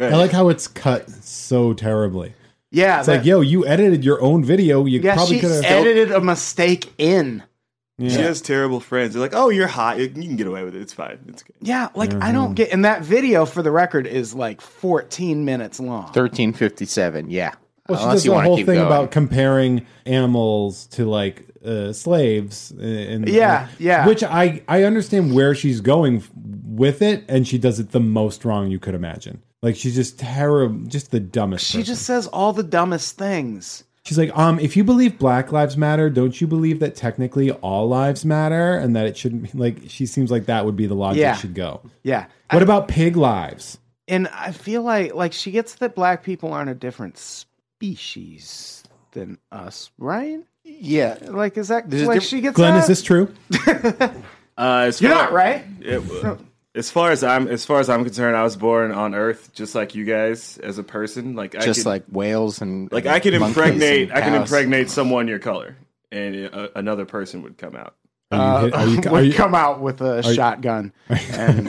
Speaker 4: I like how it's cut so terribly.
Speaker 2: Yeah,
Speaker 4: It's like, yo, you edited your own video. You
Speaker 2: yeah.
Speaker 4: probably
Speaker 2: She
Speaker 4: could have.
Speaker 2: edited a mistake in.
Speaker 3: She has terrible friends. They're like, "Oh, you're hot. You you can get away with it. It's fine. It's good."
Speaker 2: Yeah, like I
Speaker 3: Mm-hmm.
Speaker 2: don't get. And that video, for the record, is like 14 minutes long.
Speaker 6: 1357, yeah.
Speaker 4: Well, she
Speaker 6: Unless
Speaker 4: does
Speaker 6: you
Speaker 4: the
Speaker 6: want to
Speaker 4: whole
Speaker 6: keep
Speaker 4: thing
Speaker 6: going.
Speaker 4: about comparing animals to like uh, slaves. And,
Speaker 2: Yeah, yeah.
Speaker 4: Which I I understand where she's going f- with it, and she does it the most wrong you could imagine. Like she's just terrible, just the dumbest.
Speaker 2: She
Speaker 4: person.
Speaker 2: just says all the dumbest things.
Speaker 4: She's like, um, if you believe Black Lives Matter, don't you believe that technically all lives matter and that it shouldn't be like? She seems like that would be the logic
Speaker 2: Yeah.
Speaker 4: should go.
Speaker 2: Yeah.
Speaker 4: What about pig lives?
Speaker 2: and I feel like like she gets that black people aren't a different species than us, right?
Speaker 6: Yeah.
Speaker 2: Like is that
Speaker 6: There's a
Speaker 2: like
Speaker 6: diff-
Speaker 2: she gets
Speaker 4: Glenn,
Speaker 2: that?
Speaker 4: is this true?
Speaker 3: Uh, as
Speaker 2: You're
Speaker 3: far-
Speaker 2: not right.
Speaker 3: It- as far as I'm as far as I'm concerned, I was born on Earth just like you guys as a person. Like I
Speaker 6: Just
Speaker 3: could,
Speaker 6: like whales and.
Speaker 3: like I can
Speaker 6: monkeys and
Speaker 3: impregnate I can
Speaker 6: cows.
Speaker 3: impregnate someone your color, and uh, another person would come out.
Speaker 4: Are you, hit- are you- are
Speaker 2: would
Speaker 4: you-
Speaker 2: Uh, come out with a shotgun. and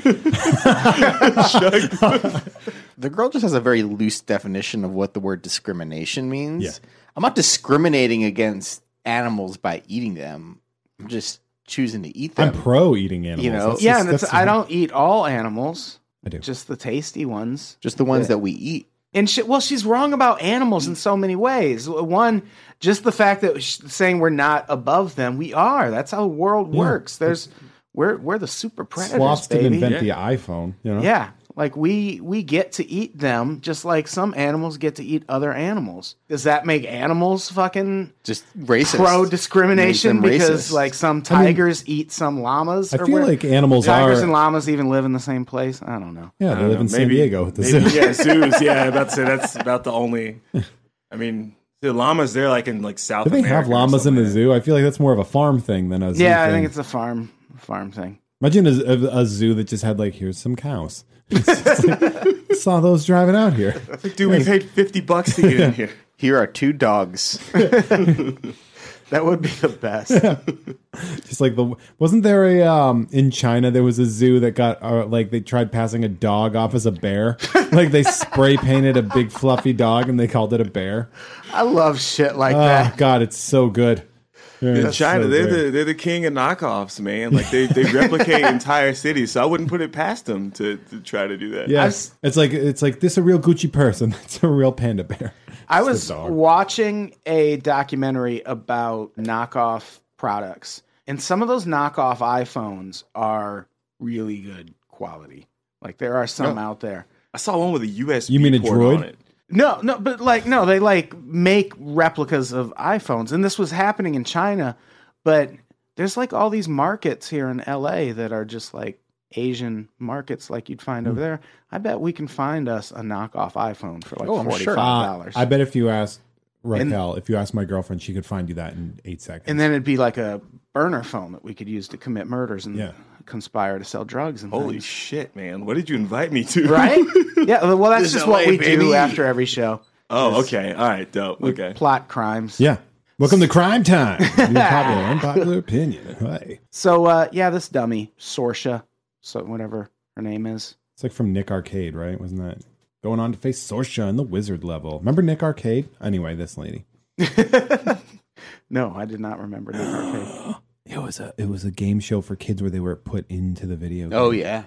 Speaker 6: The girl just has a very loose definition of what the word discrimination means. I'm not discriminating against animals by eating them. I'm just choosing to eat them.
Speaker 4: I'm pro eating animals.
Speaker 6: You know?
Speaker 4: That's
Speaker 2: yeah,
Speaker 4: just-
Speaker 2: and it's,
Speaker 4: that's-
Speaker 2: I don't eat all animals,
Speaker 4: I do.
Speaker 2: just the tasty ones.
Speaker 6: just the ones that we eat.
Speaker 2: And she, well, she's wrong about animals in so many ways. One, just the fact that she's saying we're not above them, we are. That's how the world works. There's we're we're the super predators,
Speaker 4: Sloths didn't
Speaker 2: baby.
Speaker 4: invent the iPhone. You know?
Speaker 2: Yeah, like we we get to eat them just like some animals get to eat other animals. Does that make animals fucking
Speaker 6: Just racist.
Speaker 2: pro discrimination
Speaker 6: Make them
Speaker 2: because
Speaker 6: racist.
Speaker 2: like some tigers eat some llamas?
Speaker 4: I
Speaker 2: or
Speaker 4: feel
Speaker 2: where-
Speaker 4: like animals
Speaker 2: tigers
Speaker 4: are-
Speaker 2: and llamas even live in the same place. I don't know.
Speaker 4: Yeah, they live in San
Speaker 3: Maybe-
Speaker 4: Diego at the
Speaker 3: maybe-
Speaker 4: zoo.
Speaker 3: yeah, zoos. Yeah, about to say that's about the only. I mean, the llamas they're like in like South.
Speaker 4: Do they have
Speaker 3: America or
Speaker 4: llamas in
Speaker 3: something.
Speaker 4: the zoo? I feel like that's more of a farm thing than a zoo.
Speaker 2: Yeah, I
Speaker 4: thing.
Speaker 2: think it's a farm farm thing.
Speaker 4: Imagine a, a, a zoo that just had like, here's some cows. It's just like, saw those driving out here.
Speaker 3: Dude, we paid fifty bucks to get in here.
Speaker 6: Here are two dogs.
Speaker 2: That would be the best.
Speaker 4: Just like the wasn't there a um in China there was a zoo that got uh, like they tried passing a dog off as a bear, like they spray painted a big fluffy dog and they called it a bear.
Speaker 2: I love shit like
Speaker 4: Oh
Speaker 2: that.
Speaker 4: God, it's so good.
Speaker 3: In
Speaker 4: It's
Speaker 3: China,
Speaker 4: so
Speaker 3: they're
Speaker 4: good.
Speaker 3: the, they're the king of knockoffs, man. Like they, they replicate entire cities, so I wouldn't put it past them to, to try to do that.
Speaker 4: yes. It's like it's like this a real Gucci purse and that's a real panda bear.
Speaker 2: I
Speaker 4: It's the
Speaker 2: was
Speaker 4: dog.
Speaker 2: watching a documentary about knockoff products, and some of those knockoff iPhones are really good quality. Like there are some
Speaker 6: Oh.
Speaker 2: out there.
Speaker 3: I saw one with a USB.
Speaker 4: You mean a
Speaker 3: port
Speaker 4: droid?
Speaker 3: On it.
Speaker 2: No, no, but like no, they like make replicas of iPhones, and this was happening in China, but there's like all these markets here in LA that are just like Asian markets, like you'd find over there. I bet we can find us a knockoff iPhone for like
Speaker 6: Oh, I'm
Speaker 2: forty
Speaker 6: sure.
Speaker 2: five
Speaker 4: Uh,
Speaker 2: dollars.
Speaker 4: I bet if you asked Raquel, if you asked my girlfriend, she could find you that in eight seconds.
Speaker 2: And then it'd be like a burner phone that we could use to commit murders and
Speaker 4: Yeah.
Speaker 2: conspire to sell drugs and
Speaker 3: Holy
Speaker 2: things.
Speaker 3: shit, man! What did you invite me to?
Speaker 2: right? Yeah. Well, that's
Speaker 6: This
Speaker 2: just
Speaker 6: LA,
Speaker 2: what we do
Speaker 6: baby.
Speaker 2: after every show.
Speaker 3: Oh, okay. All right. Dope. Okay.
Speaker 2: Plot crimes.
Speaker 4: yeah. Welcome to Crime Time. The Unpopular, unpopular opinion. Hey.
Speaker 2: So uh, yeah, this dummy Sorsha, so whatever her name is.
Speaker 4: It's like from Nick Arcade, right? Wasn't that going on to face Sorsha in the wizard level? Remember Nick Arcade? Anyway, this lady.
Speaker 2: No, I did not remember Nick Arcade.
Speaker 4: It was a it was a game show for kids where they were put into the video. Game.
Speaker 6: Oh yeah.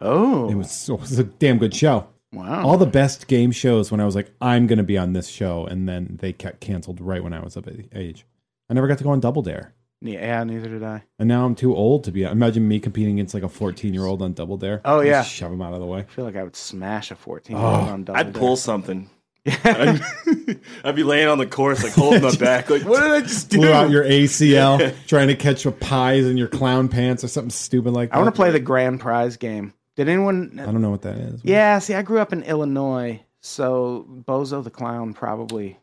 Speaker 2: Oh,
Speaker 4: It was, so- it was a damn good show.
Speaker 2: wow.
Speaker 4: All the best game shows when I was like, I'm going to be on this show. And then they got canceled right when I was of age. I never got to go on Double Dare.
Speaker 2: yeah, neither did I.
Speaker 4: And now I'm too old to be. Imagine me competing against like a 14 year old on Double Dare.
Speaker 2: Oh, yeah.
Speaker 4: Just shove him out of the way.
Speaker 2: I feel like I would smash a
Speaker 4: Oh,
Speaker 2: fourteen-year-old on double.
Speaker 3: I'd pull something. I'd, I'd be laying on the course, like holding my back, like what did I just do?
Speaker 4: Blew out your ACL trying to catch a pies in your clown pants or something stupid like that.
Speaker 2: I want to play the grand prize game. Did anyone?
Speaker 4: I don't know what that is.
Speaker 2: Yeah, see, I grew up in Illinois, so Bozo the Clown probably.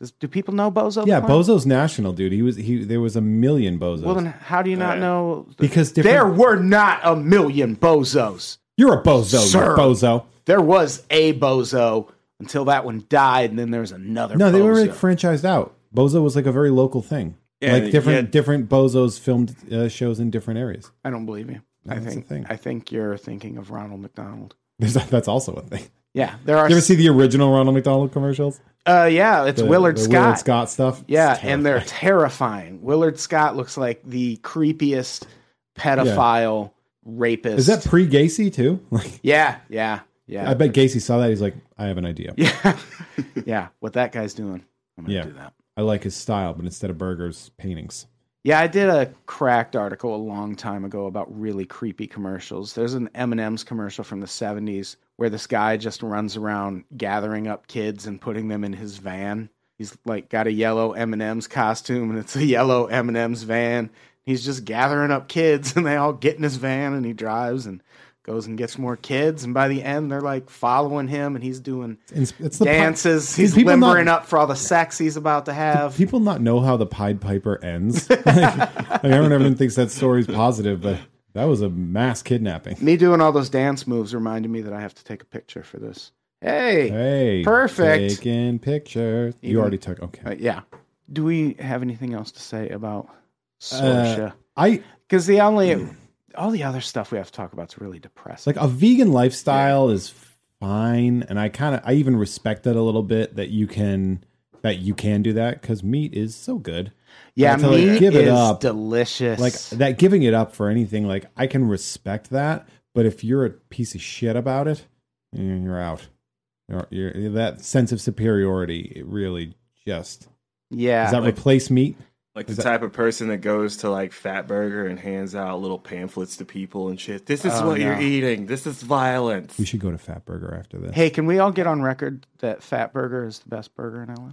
Speaker 2: Does, do people know Bozo?
Speaker 4: Yeah,
Speaker 2: the Clown?
Speaker 4: Bozo's national, dude. He was he. There was a million Bozos.
Speaker 2: Well, then how do you not
Speaker 3: Yeah.
Speaker 2: know?
Speaker 4: because different,
Speaker 2: there were not a million Bozos.
Speaker 4: you're a bozo, you
Speaker 2: Sir.
Speaker 4: bozo.
Speaker 2: There was a Bozo until that one died, and then there was another.
Speaker 4: No, they were
Speaker 2: Bozo.
Speaker 4: like franchised out. Bozo was like a very local thing.
Speaker 3: Yeah,
Speaker 4: like
Speaker 3: you
Speaker 4: different
Speaker 3: had-
Speaker 4: different bozos filmed uh, shows in different areas.
Speaker 2: I don't believe you. I
Speaker 4: No, that's
Speaker 2: think
Speaker 4: the thing.
Speaker 2: I think you're thinking of Ronald McDonald.
Speaker 4: There's, that's also a thing.
Speaker 2: Yeah, there are.
Speaker 4: You ever see the original Ronald McDonald commercials?
Speaker 2: uh, yeah, it's
Speaker 4: The-
Speaker 2: Willard
Speaker 4: the
Speaker 2: Scott.
Speaker 4: Willard Scott stuff.
Speaker 2: Yeah,
Speaker 4: It's
Speaker 2: and they're terrifying. Willard Scott looks like the creepiest pedophile rapist.
Speaker 4: Is that pre Gacy too? Like,
Speaker 2: yeah, yeah, yeah,
Speaker 4: I bet Gacy saw that. He's like, I have an idea.
Speaker 2: yeah, yeah. What that guy's doing, I'm gonna
Speaker 4: Yeah.
Speaker 2: do that.
Speaker 4: I like his style, but instead of burgers, paintings.
Speaker 2: Yeah, I did a cracked article a long time ago about really creepy commercials. There's an M&M's commercial from the 70s where this guy just runs around gathering up kids and putting them in his van. He's like got a yellow M&M's costume and it's a yellow M&M's van. He's just gathering up kids and they all get in his van and he drives and goes and gets more kids and by the end they're like following him and he's doing
Speaker 4: It's, it's the pi-
Speaker 2: dances.
Speaker 4: Did
Speaker 2: he's
Speaker 4: people not-
Speaker 2: limbering up for all the sex he's about to have.
Speaker 4: People not know how the Pied Piper ends. like, like, everyone, everyone thinks that story's positive, but that was a mass kidnapping.
Speaker 2: Me doing all those dance moves reminded me that I have to take a picture for this. Hey.
Speaker 4: Hey,
Speaker 2: Perfect.
Speaker 4: Taking pictures. You
Speaker 2: Even-
Speaker 4: already took. Okay.
Speaker 2: Uh, yeah. Do we have anything else to say about
Speaker 4: Uh,
Speaker 2: Sorsha?
Speaker 4: I
Speaker 2: Because the only, all the other stuff we have to talk about is really depressing.
Speaker 4: like a vegan lifestyle is fine, and I kind of I even respect that a little bit that you can that you can do that because meat is so good.
Speaker 2: yeah,
Speaker 4: to, like,
Speaker 2: meat
Speaker 4: give it
Speaker 2: is
Speaker 4: up.
Speaker 2: delicious.
Speaker 4: Like that giving it up for anything, like I can respect that, but if you're a piece of shit about it, eh, you're out. You're, you're, that sense of superiority it really just
Speaker 2: yeah,
Speaker 4: does that replace meat?
Speaker 3: Like the type of person that goes to like Fat Burger and hands out little pamphlets to people and shit. This is
Speaker 2: Oh,
Speaker 3: what you're
Speaker 2: no.
Speaker 3: eating. This is violence.
Speaker 4: We should go to Fat Burger after this.
Speaker 2: hey, can we all get on record that Fat Burger is the best burger in LA?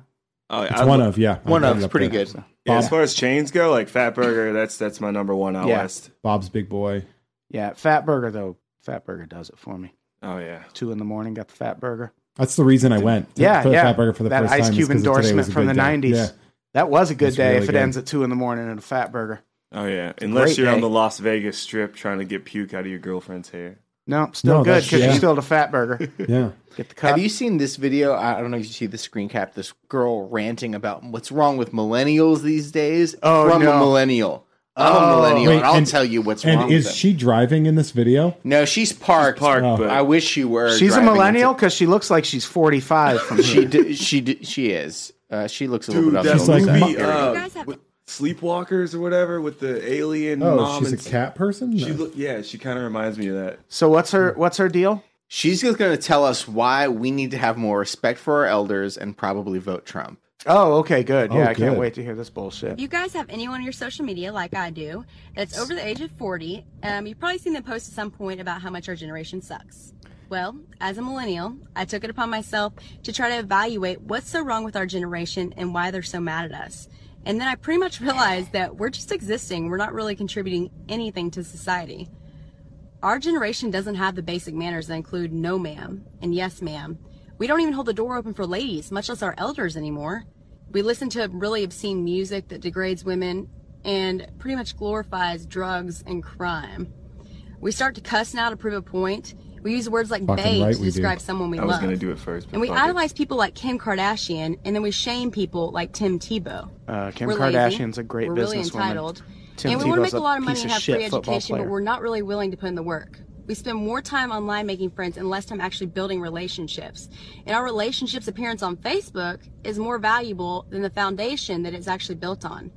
Speaker 3: Oh,
Speaker 4: it's
Speaker 3: I-
Speaker 4: one of yeah,
Speaker 6: One
Speaker 4: I've got
Speaker 6: of
Speaker 4: it
Speaker 6: it's
Speaker 4: up
Speaker 6: pretty
Speaker 4: there.
Speaker 6: good.
Speaker 3: yeah, as far as chains go, like Fat Burger, that's that's my number one out
Speaker 2: Yeah.
Speaker 3: west.
Speaker 4: Bob's Big Boy.
Speaker 2: Yeah, Fat Burger though. Fat Burger does it for me.
Speaker 3: Oh yeah.
Speaker 2: Two in the morning, got the Fat Burger.
Speaker 4: That's the reason I went. To
Speaker 2: yeah,
Speaker 4: for
Speaker 2: yeah.
Speaker 4: Fat Burger for the
Speaker 2: that
Speaker 4: first
Speaker 2: Ice
Speaker 4: time
Speaker 2: Cube
Speaker 4: is 'cause today
Speaker 2: endorsement
Speaker 4: was a
Speaker 2: from the
Speaker 4: good day.
Speaker 2: '90s.
Speaker 4: Yeah.
Speaker 2: That was a good
Speaker 4: That's
Speaker 2: day
Speaker 4: really
Speaker 2: if it
Speaker 4: good.
Speaker 2: ends at two in the morning in a fat burger.
Speaker 3: Oh yeah. Unless
Speaker 2: great
Speaker 3: you're
Speaker 2: day.
Speaker 3: on the Las Vegas strip trying to get puke out of your girlfriend's hair.
Speaker 2: No, still
Speaker 4: No,
Speaker 2: good
Speaker 4: that's-
Speaker 2: because
Speaker 4: yeah.
Speaker 2: you're still at a fat burger.
Speaker 4: Yeah.
Speaker 2: Get the cup.
Speaker 6: Have you seen this video? I I don't know if you see the screen cap. This girl ranting about what's wrong with millennials these days.
Speaker 2: Oh,
Speaker 6: from
Speaker 2: no.
Speaker 6: a millennial. I'm a
Speaker 2: Oh.
Speaker 6: millennial,
Speaker 4: Wait,
Speaker 6: and I'll
Speaker 4: and-
Speaker 6: tell you what's wrong.
Speaker 4: And
Speaker 6: with
Speaker 4: is
Speaker 6: them.
Speaker 4: she driving in this video?
Speaker 6: No, she's parked.
Speaker 3: Park,
Speaker 4: Oh.
Speaker 3: but
Speaker 6: I wish she were.
Speaker 2: She's a
Speaker 6: driving
Speaker 2: millennial because she looks like she's 45 from
Speaker 6: into- She
Speaker 2: here.
Speaker 6: d- she d- she is. Uh, she looks a
Speaker 3: Dude,
Speaker 6: little bit
Speaker 3: that
Speaker 4: She's like,
Speaker 6: upset.
Speaker 4: movie,
Speaker 3: movie,
Speaker 4: "Fuck
Speaker 3: uh,
Speaker 1: guys have-
Speaker 3: with Sleepwalkers or whatever with the alien
Speaker 4: Oh,
Speaker 3: mom.
Speaker 4: she's a
Speaker 3: and
Speaker 4: cat person?
Speaker 3: She
Speaker 4: No.
Speaker 3: look, yeah, she kind of reminds me of that.
Speaker 2: So what's her what's her deal?
Speaker 6: She's just going to tell us why we need to have more respect for our elders and probably vote Trump.
Speaker 2: Oh, okay, good.
Speaker 4: Oh,
Speaker 2: Yeah, I can't
Speaker 4: good.
Speaker 2: wait to hear this bullshit.
Speaker 8: you guys have anyone on your social media like I do that's over the age of 40, um, you've probably seen them post at some point about how much our generation sucks. Well, as a millennial, I took it upon myself to try to evaluate what's so wrong with our generation and why they're so mad at us. And then I pretty much realized that we're just existing, we're not really contributing anything to society. Our generation doesn't have the basic manners that include no ma'am and yes ma'am. We don't even hold the door open for ladies, much less our elders anymore. We listen to really obscene music that degrades women and pretty much glorifies drugs and crime. We start to cuss now to prove a point, We use words like
Speaker 3: Fucking
Speaker 8: babe
Speaker 3: right
Speaker 8: to
Speaker 3: we do.
Speaker 8: describe someone we
Speaker 3: I
Speaker 8: love.
Speaker 3: was gonna do it first, but
Speaker 8: And we
Speaker 3: fuck it.
Speaker 8: idolize people like Kim Kardashian, and then we shame people like Tim Tebow.
Speaker 2: Uh, Kim
Speaker 8: We're lazy.
Speaker 2: Kardashian's a great
Speaker 8: we're really
Speaker 2: businesswoman.
Speaker 8: entitled.
Speaker 2: Tim
Speaker 8: and we want to
Speaker 2: Tebow's
Speaker 8: make a lot of money
Speaker 2: piece
Speaker 8: and have
Speaker 2: shit
Speaker 8: free
Speaker 2: football
Speaker 8: education, but
Speaker 2: player.
Speaker 8: we're not really willing to put in the work. We spend more time online making friends and less time actually building relationships. And our relationships appearance on Facebook is more valuable than the foundation that it's actually built on.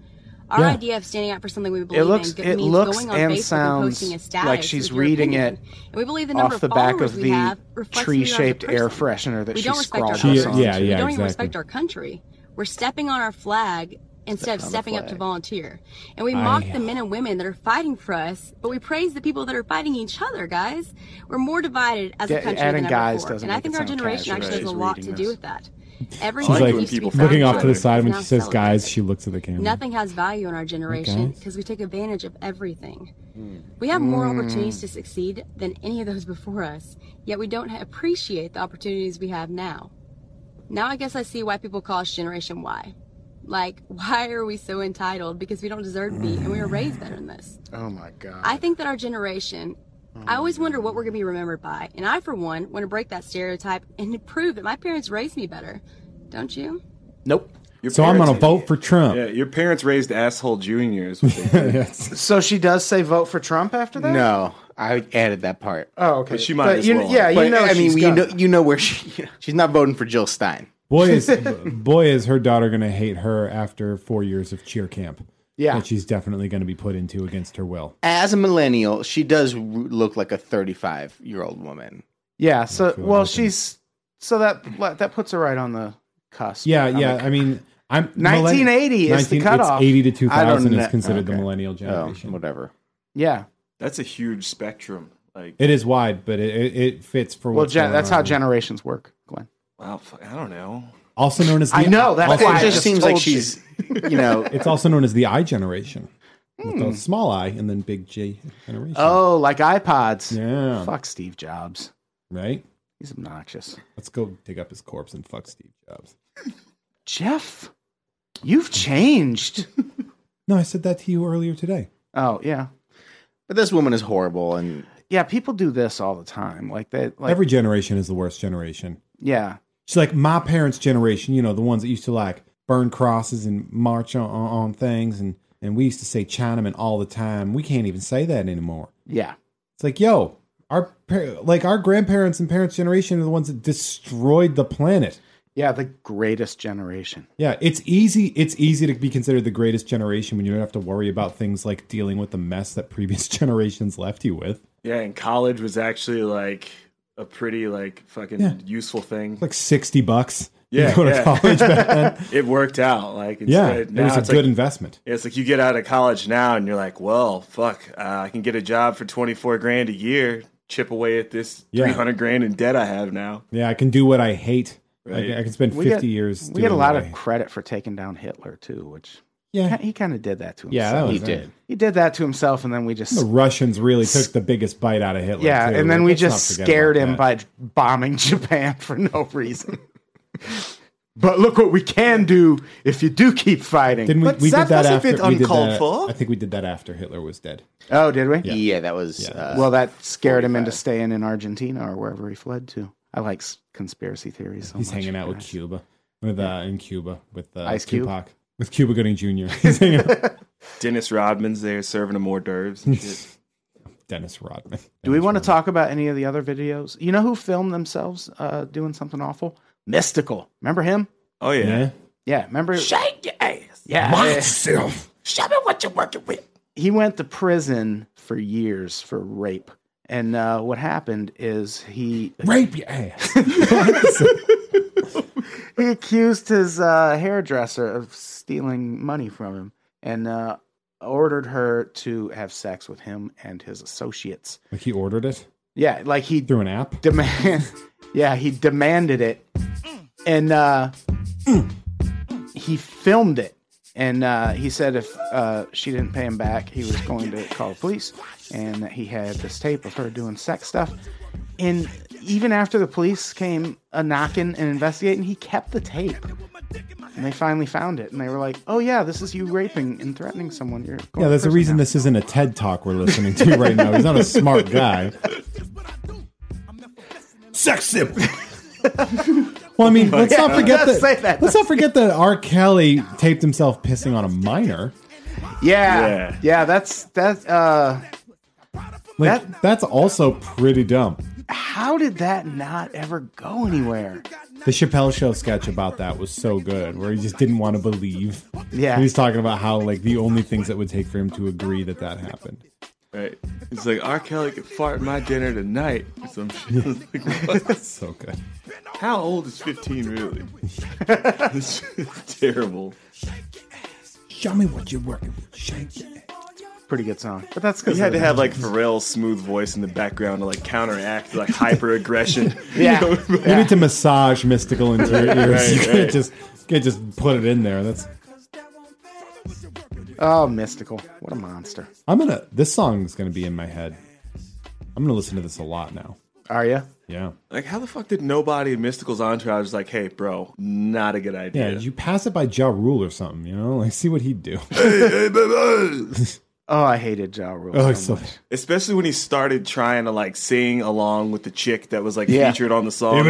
Speaker 8: Our
Speaker 2: Yeah.
Speaker 8: idea of standing up for something we believe
Speaker 2: looks-
Speaker 8: in g-
Speaker 2: it
Speaker 8: means
Speaker 2: looks
Speaker 8: going on
Speaker 2: and
Speaker 8: Facebook
Speaker 2: sounds
Speaker 8: and posting a status
Speaker 2: like she's
Speaker 8: with your
Speaker 2: reading
Speaker 8: opinion.
Speaker 2: it
Speaker 8: And we believe the number
Speaker 2: off the
Speaker 8: of
Speaker 2: back
Speaker 8: followers
Speaker 2: of
Speaker 8: we
Speaker 2: the
Speaker 8: have reflects who we are as a
Speaker 2: tree-shaped air
Speaker 8: person.
Speaker 2: freshener that
Speaker 8: we
Speaker 2: she
Speaker 8: don't respect our
Speaker 2: scrawls
Speaker 8: country.
Speaker 2: on.
Speaker 4: Yeah,
Speaker 8: we
Speaker 4: yeah,
Speaker 8: don't even
Speaker 4: exactly.
Speaker 8: respect our country. We're stepping on our flag instead
Speaker 2: on
Speaker 8: of
Speaker 2: the
Speaker 8: stepping up to
Speaker 2: flag.
Speaker 8: volunteer. And we
Speaker 4: I-
Speaker 8: mock the men and women that are fighting for us, but we praise the people that are fighting each other, guys. We're more divided as
Speaker 2: Yeah,
Speaker 8: a country
Speaker 2: adding
Speaker 8: than
Speaker 2: guys
Speaker 8: ever before.
Speaker 2: doesn't
Speaker 8: and I
Speaker 2: make it
Speaker 8: think our
Speaker 2: sound
Speaker 8: generation
Speaker 2: casual,
Speaker 8: actually
Speaker 2: right?
Speaker 8: has a
Speaker 2: She's
Speaker 8: lot
Speaker 2: reading
Speaker 8: to do
Speaker 2: this.
Speaker 8: with that. Everything
Speaker 4: She's
Speaker 8: that
Speaker 4: like
Speaker 8: used to be
Speaker 4: looking off
Speaker 8: found
Speaker 4: to the
Speaker 8: for
Speaker 4: side
Speaker 8: us
Speaker 4: when she
Speaker 8: is now
Speaker 4: says
Speaker 8: celebrated.
Speaker 4: guys, she looks at the camera.
Speaker 8: Nothing has value in our generation
Speaker 4: guys.
Speaker 8: because we take advantage of everything.
Speaker 2: Hmm.
Speaker 8: We have more opportunities to succeed than any of those before us, yet we don't ha- appreciate the opportunities we have now. Now I guess I see why people call us Generation Y. Like, why are we so entitled? Because we don't deserve to be, and we were raised better than this.
Speaker 2: Oh my god.
Speaker 8: I think that our generation, I always wonder what we're going to be remembered by, and I, for one, want to break that stereotype and to prove that my parents raised me better. Don't you?
Speaker 2: Nope.
Speaker 3: Your
Speaker 4: So I'm
Speaker 3: parents-
Speaker 4: gonna vote for Trump.
Speaker 3: Yeah, your parents raised asshole juniors. What they did.
Speaker 2: So she does say vote for Trump after that?
Speaker 6: No, I added that part.
Speaker 2: Oh, okay.
Speaker 3: But she might as
Speaker 2: you,
Speaker 3: well.
Speaker 2: Yeah,
Speaker 6: But,
Speaker 2: you know.
Speaker 6: I mean,
Speaker 2: she's
Speaker 6: you know,
Speaker 2: gonna-
Speaker 6: you know where she she's not voting for Jill Stein.
Speaker 4: Boy is boy is her daughter going to hate her after four years of cheer camp.
Speaker 2: Yeah.
Speaker 4: that she's definitely going to be put into against her will.
Speaker 6: As a millennial, she does r- look like a 35 year old woman.
Speaker 2: Yeah. So,
Speaker 4: feel
Speaker 2: well,
Speaker 4: like I'm-
Speaker 2: she's so that that puts her right on the cusp.
Speaker 4: Yeah,
Speaker 2: on the
Speaker 4: yeah. I mean, I'm
Speaker 2: 1980 is the
Speaker 4: it's
Speaker 2: cutoff.
Speaker 4: Eighty to two
Speaker 6: I don't
Speaker 4: thousand is
Speaker 6: know-
Speaker 4: considered the
Speaker 6: okay.
Speaker 4: millennial
Speaker 6: Oh,
Speaker 4: generation.
Speaker 6: whatever.
Speaker 2: Yeah.
Speaker 3: That's a huge spectrum. Like,
Speaker 4: It is wide, but it, it, it fits for
Speaker 2: Well,
Speaker 4: what's
Speaker 2: gen-
Speaker 4: going
Speaker 2: that's
Speaker 4: on.
Speaker 2: how generations work, Glenn.
Speaker 3: wow, fuck, I don't know.
Speaker 4: also known as the,
Speaker 2: I know, that's
Speaker 4: also,
Speaker 2: why I
Speaker 6: it just
Speaker 2: just
Speaker 6: seems like
Speaker 2: told you.
Speaker 6: she's, you know,
Speaker 4: it's also known as the I generation, with a small I and then big J generation.
Speaker 2: Hmm. Oh, like iPods.
Speaker 4: yeah,
Speaker 2: Fuck Steve Jobs.
Speaker 4: right.
Speaker 2: He's obnoxious.
Speaker 4: Let's go dig up his corpse and fuck Steve Jobs.
Speaker 2: Jeff, you've changed.
Speaker 4: No, I said that to you earlier today.
Speaker 2: oh yeah,
Speaker 6: but this woman is horrible. And
Speaker 2: yeah. People do this all the time. Like they, like
Speaker 4: Every generation is the worst generation.
Speaker 2: yeah.
Speaker 4: She's like my parents' generation, you know, the ones that used to like burn crosses and march on, on, on things, and and we used to say Chinaman all the time. We can't even say that anymore.
Speaker 2: Yeah.
Speaker 4: It's like, yo, our par- like our grandparents and parents' generation are the ones that destroyed the planet.
Speaker 2: Yeah. The greatest generation.
Speaker 4: Yeah, it's easy. It's easy to be considered the greatest generation when you don't have to worry about things like dealing with the mess that previous generations left you with.
Speaker 3: Yeah, and college was actually like a pretty like fucking
Speaker 4: Yeah.
Speaker 3: useful thing.
Speaker 4: Like sixty bucks. to
Speaker 3: Yeah,
Speaker 4: go to
Speaker 3: yeah.
Speaker 4: college back then.
Speaker 3: it worked out. Like
Speaker 4: Yeah,
Speaker 3: instead,
Speaker 4: it
Speaker 3: now
Speaker 4: was a
Speaker 3: it's
Speaker 4: good
Speaker 3: like,
Speaker 4: investment.
Speaker 3: yeah, it's like you get out of college now and you're like, well, fuck, uh, I can get a job for twenty four grand a year, chip away at this
Speaker 4: Yeah.
Speaker 3: three hundred grand in debt I have now.
Speaker 4: Yeah, I can do what I hate. I,
Speaker 3: Right.
Speaker 4: can- I can spend
Speaker 2: We
Speaker 4: fifty
Speaker 2: get-
Speaker 4: years.
Speaker 2: We get a
Speaker 4: doing
Speaker 2: lot
Speaker 4: what I
Speaker 2: of credit for taking down Hitler too, which
Speaker 4: Yeah,
Speaker 2: he kind of did that to himself.
Speaker 4: yeah, that was
Speaker 6: he
Speaker 4: it.
Speaker 6: did.
Speaker 2: He did that to himself, and then we just
Speaker 4: The Russians really took the biggest bite out of Hitler.
Speaker 2: yeah,
Speaker 4: too.
Speaker 2: and then
Speaker 4: Like,
Speaker 2: we
Speaker 4: let's not
Speaker 2: just
Speaker 4: forget
Speaker 2: scared
Speaker 4: about
Speaker 2: him
Speaker 4: that.
Speaker 2: by bombing Japan for no reason. but look what we can do if you do keep fighting.
Speaker 4: Didn't we?
Speaker 2: But
Speaker 4: We did that
Speaker 2: wasn't
Speaker 4: after.
Speaker 2: it
Speaker 4: we did
Speaker 2: uncalled
Speaker 4: that-
Speaker 2: for?
Speaker 4: I think we did that after Hitler was dead.
Speaker 2: Oh, did we?
Speaker 6: yeah, that was. Uh,
Speaker 2: Well, that scared him into staying in Argentina or wherever he fled to. I like s- conspiracy theories. So
Speaker 4: He's
Speaker 2: much,
Speaker 4: hanging out with
Speaker 2: guys.
Speaker 4: Cuba, with uh, in Cuba with uh,
Speaker 2: Ice Cube?
Speaker 4: Tupac, with Cuba Gooding Jr. He's hanging out with
Speaker 3: Dennis Rodman's there serving him hors d'oeuvres and shit.
Speaker 4: Dennis Rodman.
Speaker 2: Do we want to talk about any of the other videos? You know who filmed themselves uh, doing something awful? Mystical. Remember him?
Speaker 3: Oh yeah.
Speaker 4: Yeah.
Speaker 2: Yeah, remember?
Speaker 10: Shake your ass.
Speaker 2: yeah.
Speaker 4: Myself.
Speaker 10: Show me what you're working with.
Speaker 2: he went to prison for years for rape. And uh, what happened is he
Speaker 4: Rape your ass.
Speaker 2: he accused his uh, hairdresser of stealing money from him and uh, ordered her to have sex with him and his associates.
Speaker 4: like he ordered it
Speaker 2: Yeah, like he
Speaker 4: through an app.
Speaker 2: demand. yeah, he demanded it, and uh, he filmed it. And uh, he said if uh, she didn't pay him back, he was going to call the police, and that he had this tape of her doing sex stuff. And even after the police came a knocking and investigating, he kept the tape. And they finally found it, and they were like, "Oh yeah, this is you raping and threatening someone." You're going
Speaker 4: Yeah,
Speaker 2: to
Speaker 4: there's a
Speaker 2: prison
Speaker 4: reason
Speaker 2: now."
Speaker 4: this isn't a TED talk we're listening to right now. He's not a smart guy. sex simp. well, I mean, let's not
Speaker 6: Yeah,
Speaker 4: forget
Speaker 6: let's
Speaker 4: that,
Speaker 6: say that.
Speaker 4: Let's not forget that R. Kelly taped himself pissing on a minor.
Speaker 2: Yeah,
Speaker 3: Yeah.
Speaker 2: yeah, that's that's uh
Speaker 4: Like that's also pretty dumb.
Speaker 2: how did that not ever go anywhere?
Speaker 4: The Chappelle Show sketch about that was so good, where he just didn't want to believe.
Speaker 2: Yeah.
Speaker 4: he's talking about how like the only things that would take for him to agree that that happened.
Speaker 3: Right. It's like R. Kelly could fart my dinner tonight or some shit. Like, what?
Speaker 4: So good.
Speaker 3: How old is 15 really? this is terrible.
Speaker 4: Show me what you're working with. Shake
Speaker 2: Pretty good song. But that's
Speaker 3: You
Speaker 2: because
Speaker 3: had to have like Pharrell's smooth voice in the background to like counteract like hyper aggression.
Speaker 2: Yeah.
Speaker 4: You need to massage mystical into your ears. you
Speaker 3: Right,
Speaker 4: can't
Speaker 3: right.
Speaker 4: just can't just put it in there. That's
Speaker 2: Oh, mystical. What a monster.
Speaker 4: I'm gonna. This song's gonna be in my head. I'm gonna listen to this a lot now.
Speaker 2: Are you?
Speaker 4: Yeah.
Speaker 3: Like, how the fuck did nobody in Mystical's entourage was like, hey, bro, not a good
Speaker 4: Yeah,
Speaker 3: idea?
Speaker 4: you pass it by Ja Rule or something, you know? Like, see what he'd do.
Speaker 2: Oh, I hated Ja Rule.
Speaker 4: Oh,
Speaker 2: so
Speaker 4: so
Speaker 2: much.
Speaker 3: Especially when he started trying to like sing along with the chick that was like
Speaker 2: Yeah.
Speaker 3: featured on the song.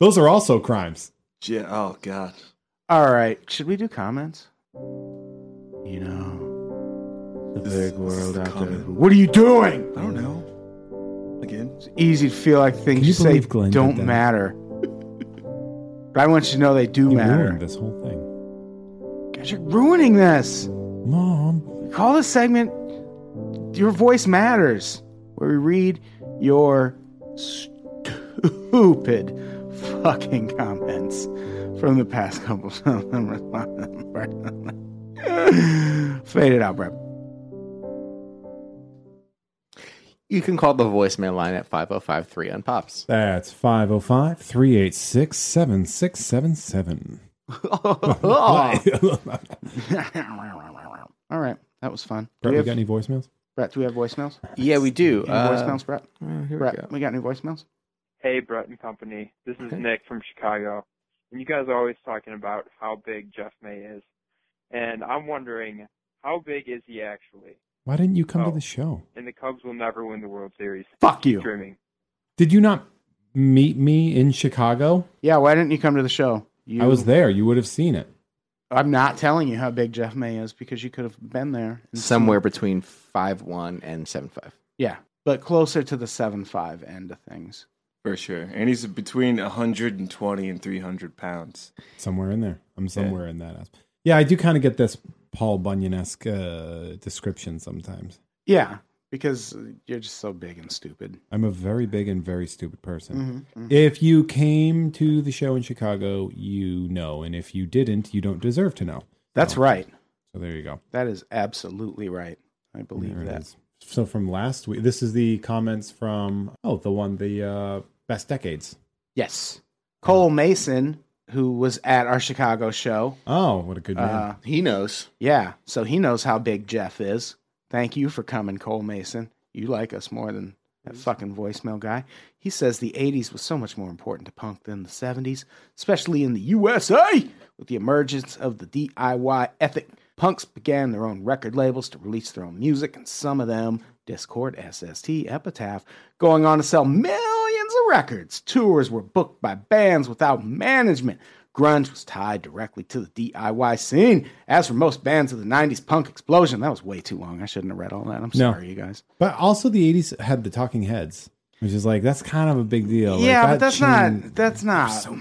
Speaker 4: Those are also crimes.
Speaker 3: Yeah, oh god.
Speaker 2: All right. Should we do comments? You know, the big world
Speaker 3: the
Speaker 2: out there.
Speaker 3: comment.
Speaker 2: What are you doing?
Speaker 3: I don't know. Again,
Speaker 2: It's easy to feel like things
Speaker 4: you
Speaker 2: you, say
Speaker 4: believe Glenn did
Speaker 2: don't
Speaker 4: that?
Speaker 2: matter. but I want you to know they do
Speaker 4: You
Speaker 2: matter.
Speaker 4: ruined this whole thing.
Speaker 2: Guys, you're ruining this.
Speaker 4: Mom.
Speaker 2: Call this segment Your Voice Matters, where we read your stupid fucking comments from the past couple. Fade it out, Brett.
Speaker 6: You can call the voicemail line at 5053 on Pops.
Speaker 4: That's 505 386 7677.
Speaker 2: All right, that was fun. Do we
Speaker 4: Brett, we
Speaker 2: have,
Speaker 4: got any voicemails?
Speaker 2: Brett, do we have voicemails?
Speaker 6: Yeah, we do. Uh,
Speaker 2: Any voicemails, Brett?
Speaker 4: Oh,
Speaker 2: Brett, we, got any voicemails?
Speaker 11: Hey, Brett and company. This is Nick from Chicago. And you guys are always talking about how big Jeff May is. And I'm wondering, how big is he actually?
Speaker 4: Why didn't you come to
Speaker 11: Oh.
Speaker 4: the show?
Speaker 11: And the Cubs will never win the World Series.
Speaker 2: Fuck you.
Speaker 11: Dreaming.
Speaker 4: Did you not meet me in Chicago?
Speaker 2: Yeah, why didn't you come to the show? You,
Speaker 4: I was there. You would have seen it.
Speaker 2: I'm not telling you how big Jeff May is because you could have been there. and seen
Speaker 6: Somewhere between five one and seven five.
Speaker 2: Yeah, but closer to the seven five end of things.
Speaker 3: for sure. And he's between 120 and 300 pounds.
Speaker 4: Somewhere in there. I'm somewhere in that. asp- Yeah, I do kind of get this Paul Bunyan esque uh, description sometimes.
Speaker 2: Yeah, because you're just so big and stupid.
Speaker 4: I'm a very big and very stupid person.
Speaker 2: Mm-hmm,
Speaker 4: If you came to the show in Chicago, you know, and if you didn't, you don't deserve to know.
Speaker 2: That's right.
Speaker 4: So there you go.
Speaker 2: That is absolutely right. I believe
Speaker 4: There it
Speaker 2: that.
Speaker 4: is. So from last week, this is the comments from oh the one the uh, best decades.
Speaker 2: Yes, Cole Mason, who was at our Chicago show.
Speaker 4: Oh, what a good man!
Speaker 2: Uh,
Speaker 6: He knows.
Speaker 2: yeah, so he knows how big Jeff is. Thank you for coming, Cole Mason. You like us more than that fucking voicemail guy. He says the 80s was so much more important to punk than the 70s, especially in the USA. With the emergence of the DIY ethic, punks began their own record labels to release their own music, and some of them, Discord, SST, Epitaph, going on to sell millions of records. Tours were booked by bands without management. Grunge was tied directly to the DIY scene. As for most bands of the 90s punk explosion, that was way too long. I shouldn't have read all that. I'm
Speaker 4: No.
Speaker 2: sorry, you guys.
Speaker 4: but also the '80s had the Talking Heads, which is like that's kind of a big deal. Like,
Speaker 2: yeah, but
Speaker 4: that
Speaker 2: that's
Speaker 4: changed-
Speaker 2: not. That's not.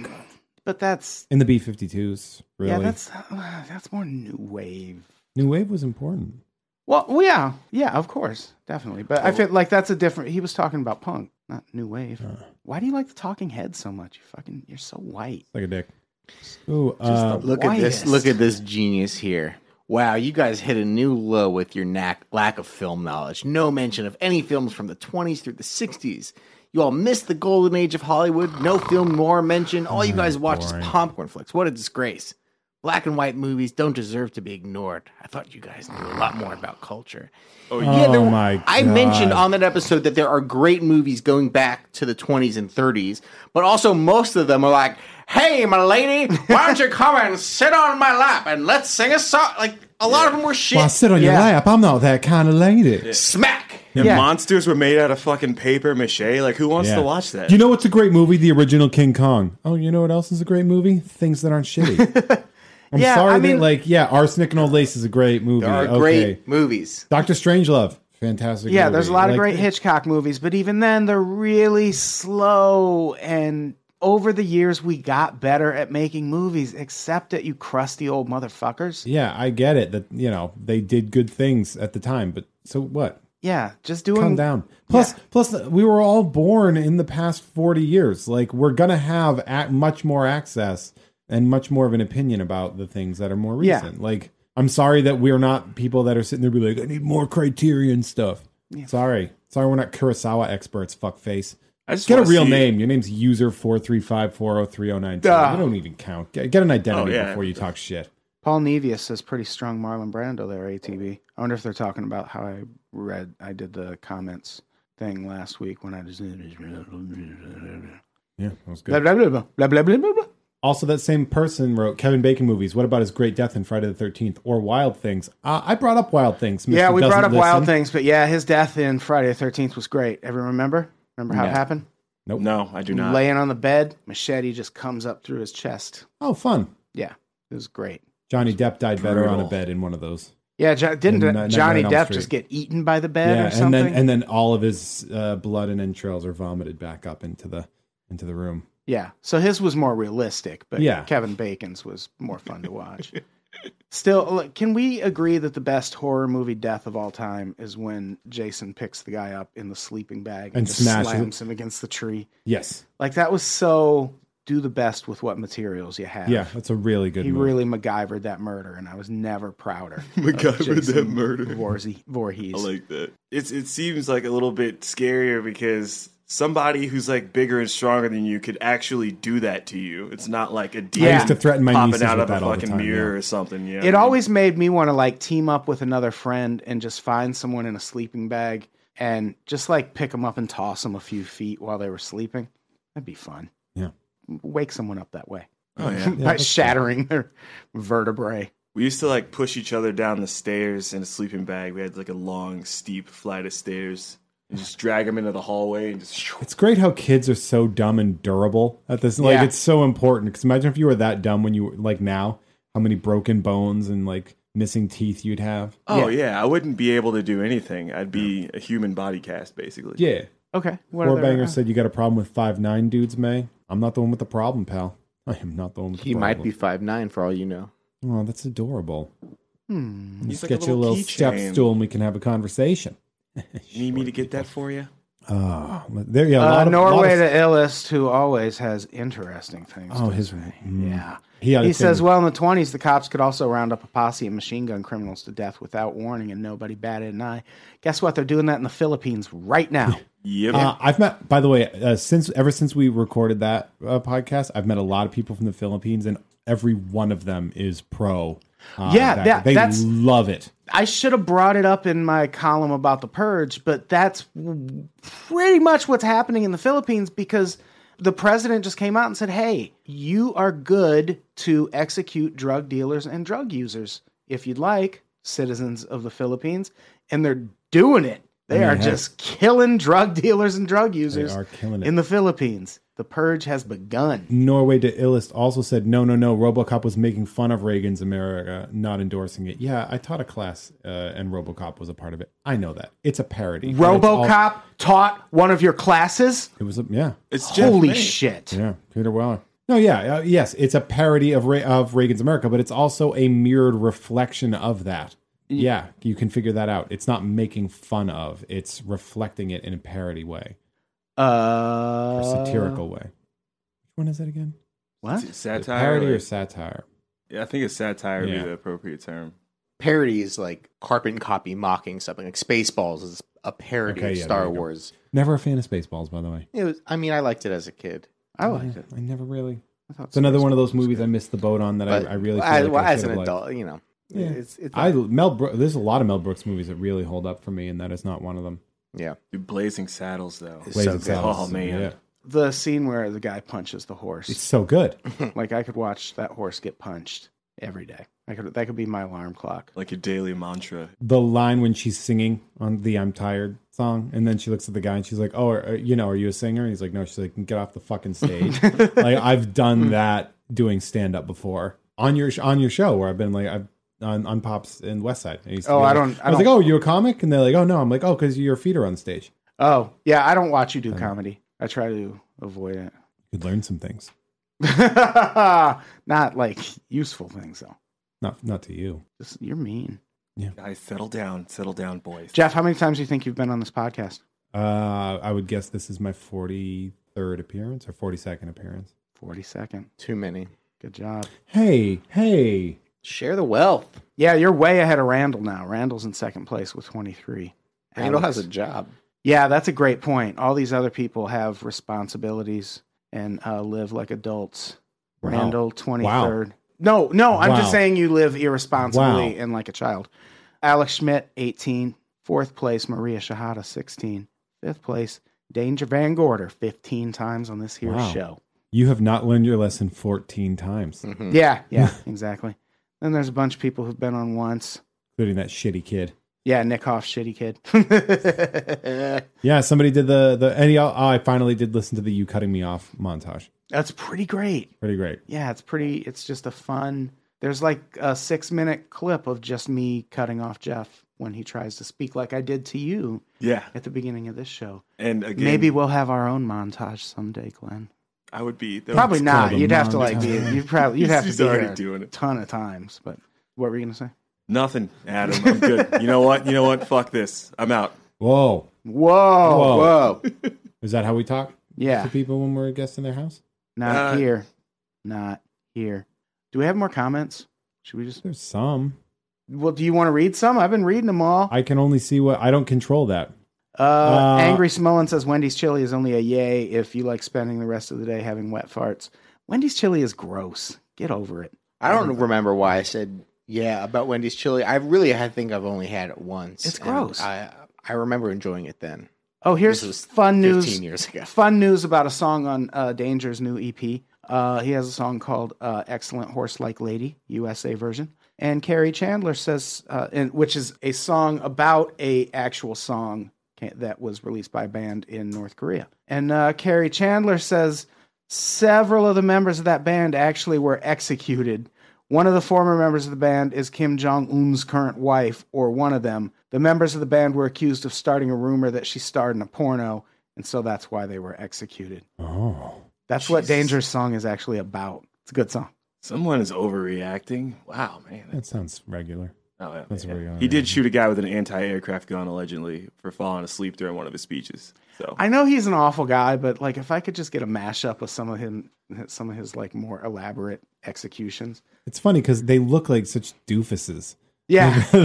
Speaker 2: But that's.
Speaker 4: in the B52s. Really,
Speaker 2: Yeah, that's uh, that's more new wave.
Speaker 4: new wave was important.
Speaker 2: Well, well, yeah, yeah, of course, definitely. But I feel like that's a different. He was talking about punk, not new wave.
Speaker 4: Uh.
Speaker 2: Why do you like the Talking Heads so much? You fucking, you're so white.
Speaker 4: Like a dick. Ooh, uh,
Speaker 6: Look at this.
Speaker 2: Quietest.
Speaker 6: Look at this genius here. Wow, you guys hit a new low with your knack, lack of film knowledge. No mention of any films from the 20s through the 60s. You all missed the golden age of Hollywood. No film noir mentioned. All you guys watch is
Speaker 4: boring.
Speaker 6: popcorn flicks. What a disgrace. Black and white movies don't deserve to be ignored. I thought you guys knew a lot more about culture.
Speaker 3: Oh,
Speaker 4: Oh,
Speaker 6: there-
Speaker 4: my
Speaker 6: I
Speaker 4: God.
Speaker 6: mentioned on that episode that there are great movies going back to the 20s and 30s, but also most of them are like, "Hey, my lady, why don't you come and sit on my lap and let's sing a song?" Like a lot of them were shit.
Speaker 4: Well, I sit on your
Speaker 2: Yeah.
Speaker 4: lap. I'm not that kind of lady.
Speaker 6: Smack.
Speaker 3: The
Speaker 4: Yeah.
Speaker 3: monsters were made out of fucking paper mache. Like, who wants
Speaker 4: Yeah.
Speaker 3: to watch that?
Speaker 4: You know what's a great movie? The original King Kong. Oh, you know what else is a great movie? Things that aren't shitty. I'm
Speaker 6: Yeah,
Speaker 4: sorry
Speaker 6: I
Speaker 4: that
Speaker 6: mean-
Speaker 4: like yeah, Arsenic and Old Lace is a great movie.
Speaker 6: There are
Speaker 4: okay.
Speaker 6: great movies.
Speaker 4: Doctor Strangelove, fantastic.
Speaker 2: yeah,
Speaker 4: movie.
Speaker 2: there's a lot of
Speaker 4: Like,
Speaker 2: great Hitchcock movies, but even then, they're really slow. And over the years, we got better at making movies, except that you crusty old motherfuckers.
Speaker 4: Yeah, I get it that you know they did good things at the time, but so what?
Speaker 2: Yeah, just doing.
Speaker 4: Calm down. Plus, plus, we were all born in the past forty years. Like we're gonna have ac much more access and much more of an opinion about the things that are more
Speaker 2: Yeah.
Speaker 4: recent. Like I'm sorry that we're not people that are sitting there be like, I need more Criterion stuff. Sorry, sorry, we're not Kurosawa experts. Fuck face.
Speaker 3: I just
Speaker 4: Get a
Speaker 3: wanna
Speaker 4: real
Speaker 3: see-
Speaker 4: name. Your name's user four three five four zero three zero nine two.
Speaker 2: Duh.
Speaker 4: You don't even count. Get, get an identity
Speaker 2: Oh, yeah.
Speaker 4: before you talk shit.
Speaker 2: Paul Nevius says pretty strong Marlon Brando there, ATB. I wonder if they're talking about how I read, I did the comments thing last week when I just.
Speaker 4: Yeah, that was
Speaker 2: Blah,
Speaker 4: good.
Speaker 2: blah, blah, blah, blah, blah, blah, blah.
Speaker 4: Also, that same person wrote Kevin Bacon movies. What about his Great Death and Friday the Thirteenth or Wild Things? Uh, I brought up Wild Things. Mr.
Speaker 2: Yeah, we
Speaker 4: Doesn't
Speaker 2: brought up Wild
Speaker 4: Listen.
Speaker 2: Things, but yeah, his death in Friday the 13th was great. Everyone remember? Remember how it
Speaker 4: No.
Speaker 2: happened?
Speaker 4: Nope.
Speaker 3: No, I do not.
Speaker 2: Laying on the bed, machete just comes up through his chest.
Speaker 4: Oh, fun!
Speaker 2: Yeah, it was great.
Speaker 4: Johnny Depp died better
Speaker 3: Brutal.
Speaker 4: on a bed in one of those.
Speaker 2: Yeah, jo- didn't
Speaker 4: And Night-
Speaker 2: Johnny
Speaker 4: Nightmare on Elm
Speaker 2: Depp just
Speaker 4: Street.
Speaker 2: get eaten by the bed
Speaker 4: yeah,
Speaker 2: or something?
Speaker 4: and then and then all of his uh, blood and entrails are vomited back up into the into the room.
Speaker 2: yeah, so his was more realistic, but
Speaker 4: Yeah.
Speaker 2: Kevin Bacon's was more fun to watch. Still, uh, look, can we agree that the best horror movie death of all time is when Jason picks the guy up in the sleeping bag and,
Speaker 4: And
Speaker 2: just
Speaker 4: smashes it.
Speaker 2: slams him against the tree?
Speaker 4: Yes,
Speaker 2: Like that was so do the best with what materials you have.
Speaker 4: yeah, that's a really good.
Speaker 2: he
Speaker 4: movie.
Speaker 2: really MacGyvered that murder, and I was never prouder. of
Speaker 3: MacGyvered that
Speaker 2: Jason
Speaker 3: murder.
Speaker 2: Voorhees. Voorhees.
Speaker 3: I like that. It's it seems like a little bit scarier because somebody who's like bigger and stronger than you could actually do that to you. It's not like a demon
Speaker 2: used to
Speaker 4: threaten my
Speaker 3: popping
Speaker 4: nieces
Speaker 3: out
Speaker 4: with
Speaker 3: of a
Speaker 4: that all the
Speaker 3: fucking
Speaker 4: time, yeah.
Speaker 3: mirror or something. You know what I
Speaker 2: It
Speaker 3: mean?
Speaker 2: always made me want to like team up with another friend and just find someone in a sleeping bag and just like pick them up and toss them a few feet while they were sleeping. That'd be fun.
Speaker 4: Yeah.
Speaker 2: Wake someone up that way
Speaker 3: Oh yeah.
Speaker 2: by
Speaker 4: that's
Speaker 2: shattering their vertebrae.
Speaker 3: We used to like push each other down the stairs in a sleeping bag. We had like a long, steep flight of stairs and just drag them into the hallway and just.
Speaker 4: It's great how kids are so dumb and durable at this. Like
Speaker 2: Yeah.
Speaker 4: it's so important because imagine if you were that dumb when you were like now, how many broken bones and like missing teeth you'd have.
Speaker 3: Oh yeah. I wouldn't be able to do anything. I'd be a human body cast basically.
Speaker 4: Yeah.
Speaker 2: Okay. What
Speaker 4: Four
Speaker 2: other- uh,
Speaker 4: banger said you got a problem with five nine dudes, May. I'm not the one with the problem, pal. I am not the one with the
Speaker 6: He
Speaker 4: problem.
Speaker 6: might be five nine for all you know.
Speaker 4: Oh, that's adorable.
Speaker 2: Hmm.
Speaker 4: Let's
Speaker 3: like a
Speaker 4: get you a
Speaker 3: little
Speaker 4: little step
Speaker 3: keychain.
Speaker 4: stool and we can have a conversation.
Speaker 3: Need me to get that for you?
Speaker 4: Ah, there yeah, a
Speaker 2: Uh,
Speaker 4: lot of
Speaker 2: Norway
Speaker 4: lot
Speaker 2: to
Speaker 4: of-
Speaker 2: illist, who always has interesting things.
Speaker 4: Oh,
Speaker 2: to
Speaker 4: his
Speaker 2: say.
Speaker 4: mm.
Speaker 2: yeah.
Speaker 4: He, ought
Speaker 2: He
Speaker 4: to
Speaker 2: says,
Speaker 4: say-
Speaker 2: well, in the 20s, the cops could also round up a posse of machine gun criminals to death without warning, and nobody batted an eye. Guess what? They're doing that in the Philippines right now.
Speaker 3: Yep.
Speaker 4: Uh, I've met, by the way, uh, since ever since we recorded that uh, podcast, I've met a lot of people from the Philippines, and every one of them is pro. Uh,
Speaker 2: Yeah,
Speaker 4: that-
Speaker 2: that-
Speaker 4: they
Speaker 2: that's-
Speaker 4: love it.
Speaker 2: I should have brought it up in my column about the purge, but that's pretty much what's happening in the Philippines because the president just came out and said, hey, you are good to execute drug dealers and drug users if you'd like, citizens of the Philippines. And they're doing it. They
Speaker 4: mean,
Speaker 2: are
Speaker 4: hey.
Speaker 2: just killing drug dealers and drug users
Speaker 4: are killing it.
Speaker 2: in the Philippines. The purge has begun.
Speaker 4: Norway to illist also said, no, no, no. RoboCop was making fun of Reagan's America, not endorsing it. Yeah, I taught a class, uh, and RoboCop was a part of it. I know that it's a parody. but it's all-
Speaker 2: RoboCop taught one of your classes.
Speaker 4: it was a yeah.
Speaker 3: it's Jeff
Speaker 2: Holy
Speaker 3: May.
Speaker 2: shit!
Speaker 4: Yeah, Peter Weller. No, yeah, uh, yes, it's a parody of Re- of Reagan's America, but it's also a mirrored reflection of that.
Speaker 2: Mm.
Speaker 4: Yeah, you can figure that out. It's not making fun of; it's reflecting it in a parody way,
Speaker 2: Uh,
Speaker 4: or satirical way. Which one is it again?
Speaker 2: What?
Speaker 4: Is it
Speaker 3: Satire.
Speaker 4: Parody or
Speaker 3: like-
Speaker 4: satire?
Speaker 3: Yeah, I think it's satire would
Speaker 4: Yeah.
Speaker 3: be the appropriate term.
Speaker 6: Parody is like carbon copy mocking something. Like Spaceballs is a parody
Speaker 4: Okay,
Speaker 6: of
Speaker 4: yeah, there
Speaker 6: Star
Speaker 4: you go.
Speaker 6: Wars.
Speaker 4: Never a fan of Spaceballs, by the way.
Speaker 6: It was, I mean, I liked it as a kid.
Speaker 2: I liked it.
Speaker 4: I never really.
Speaker 2: I thought
Speaker 4: It's another one of those
Speaker 2: Spaceballs was
Speaker 4: movies I missed the boat on that
Speaker 6: But
Speaker 4: I, I really. Feel
Speaker 6: as,
Speaker 4: like
Speaker 6: well,
Speaker 4: I
Speaker 6: as
Speaker 4: should
Speaker 6: an
Speaker 4: have liked.
Speaker 6: adult, you know,
Speaker 4: Yeah.
Speaker 6: it's, it's
Speaker 4: I Mel. Bro- There's a lot of Mel Brooks movies that really hold up for me, and that is not one of them.
Speaker 6: yeah.
Speaker 3: Dude, Blazing Saddles though.
Speaker 6: It's
Speaker 4: Blazing
Speaker 6: so good.
Speaker 4: Saddles is-
Speaker 3: Oh, man.
Speaker 4: yeah.
Speaker 2: the scene where the guy punches the horse.
Speaker 4: it's so good.
Speaker 2: like I could watch that horse get punched. every day. I could that could be my alarm clock,
Speaker 3: like a daily mantra.
Speaker 4: the line when she's singing on the I'm Tired song. And then she looks at the guy and she's like, Oh, are, are- you know, are you a singer? And he's like, No. She's like, Get off the fucking stage. like, I've done that doing stand up before on your sh- on your show where I've been like, I've on, on Pops in West Side. And he used to
Speaker 2: Oh,
Speaker 4: be
Speaker 2: I
Speaker 4: like-
Speaker 2: don't- I
Speaker 4: I was
Speaker 2: don't-
Speaker 4: like, Oh, you a comic? And they're like, Oh, no. I'm like, Oh, because your feet are on stage.
Speaker 2: Oh, yeah, I don't watch you
Speaker 4: Uh-huh.
Speaker 2: do comedy. I try to avoid it.
Speaker 4: You could learn some things.
Speaker 2: Not like useful things though.
Speaker 4: Not not to you.
Speaker 2: Just, you're mean.
Speaker 3: Guys, settle down, settle down, boys.
Speaker 2: Jeff, how many times do you think you've been on this podcast?
Speaker 4: Uh, I would guess this is my 43rd appearance or 42nd appearance.
Speaker 2: 42nd. Too many. Good job.
Speaker 4: Hey, hey.
Speaker 2: Share the wealth. Yeah, you're way ahead of Randall now. Randall's in second place with 23.
Speaker 6: Randall
Speaker 2: Alex-
Speaker 6: has a job.
Speaker 2: Yeah, that's a great point. All these other people have responsibilities and uh, live like adults.
Speaker 4: Wow.
Speaker 2: Randall,
Speaker 4: Wow.
Speaker 2: 23rd. No, no, I'm just
Speaker 4: Wow.
Speaker 2: saying you live irresponsibly
Speaker 4: Wow.
Speaker 2: and like a child. Alex Schmidt, 18. Fourth place, Maria Shahada, 16. Fifth place, Danger Van Gorder, 15 times on this here
Speaker 4: Wow.
Speaker 2: show.
Speaker 4: You have not learned your lesson 14 times.
Speaker 2: Yeah, yeah, exactly. Then there's a bunch of people who've been on once.
Speaker 4: Including that shitty kid.
Speaker 2: Yeah, Nick Hoff, shitty kid.
Speaker 4: Yeah, somebody did the the and yeah, I finally did listen to the you cutting me off montage.
Speaker 2: That's pretty great.
Speaker 4: Pretty great.
Speaker 2: Yeah, it's pretty. It's just a fun. There's like a six minute clip of just me cutting off Jeff when he tries to speak, like I did to you
Speaker 3: Yeah,
Speaker 2: at the beginning of this show.
Speaker 3: and again,
Speaker 2: Maybe we'll have our own montage someday, Glenn.
Speaker 3: I would be that
Speaker 2: probably
Speaker 3: would-
Speaker 2: not. You'd have to like be. You'd probably you'd
Speaker 3: He's-
Speaker 2: have to
Speaker 3: he's
Speaker 2: be
Speaker 3: already
Speaker 2: here
Speaker 3: doing
Speaker 2: a ton of times. But what were you gonna say?
Speaker 3: Nothing, Adam. I'm good. you know what? You know what? Fuck this. I'm out.
Speaker 4: Whoa.
Speaker 2: Whoa,
Speaker 4: Whoa.
Speaker 2: whoa,
Speaker 4: Is that how we talk?
Speaker 2: Yeah.
Speaker 4: To
Speaker 3: Uh,
Speaker 4: people when we're a guest in their house?
Speaker 2: not
Speaker 4: Uh,
Speaker 2: here, not here. Do we have more comments? Should we just?
Speaker 4: There's some.
Speaker 2: Well, do you want to read some? I've been reading them all.
Speaker 4: I can only see what I don't control that.
Speaker 2: Uh,
Speaker 4: Uh,
Speaker 2: Angry Smolin says Wendy's chili is only a yay if you like spending the rest of the day having wet farts. Wendy's chili is gross. Get over it.
Speaker 6: I don't remember why I said yeah about Wendy's chili. I really I think I've only had it once.
Speaker 2: It's
Speaker 6: and
Speaker 2: gross.
Speaker 6: I I remember enjoying it then.
Speaker 2: Oh, here's
Speaker 6: This was
Speaker 2: fun news.
Speaker 6: 15 years ago.
Speaker 2: Fun news about a song on uh, Danger's new EP. Uh, he has a song called uh, "Excellent Horse Like Lady" USA version. And Carrie Chandler says, uh, and, which is a song about a actual song ca- that was released by a band in North Korea. And uh, Carrie Chandler says several of the members of that band actually were executed. One of the former members of the band is Kim Jong Un's current wife, or one of them. The members of the band were accused of starting a rumor that she starred in a porno, and so that's why they were executed.
Speaker 4: Oh.
Speaker 2: That's what Danger's song is actually about. It's a good song.
Speaker 3: Someone is overreacting. Wow, man.
Speaker 4: That sounds regular.
Speaker 3: Oh, yeah,
Speaker 4: That's
Speaker 3: yeah.
Speaker 4: regular.
Speaker 3: He did shoot a guy with an anti-aircraft gun allegedly for falling asleep during one of his speeches. So
Speaker 2: I know he's an awful guy, but like if I could just get a mashup of some of him, some of his like more elaborate executions.
Speaker 4: It's funny because they look like such doofuses.
Speaker 2: Yeah.
Speaker 4: the,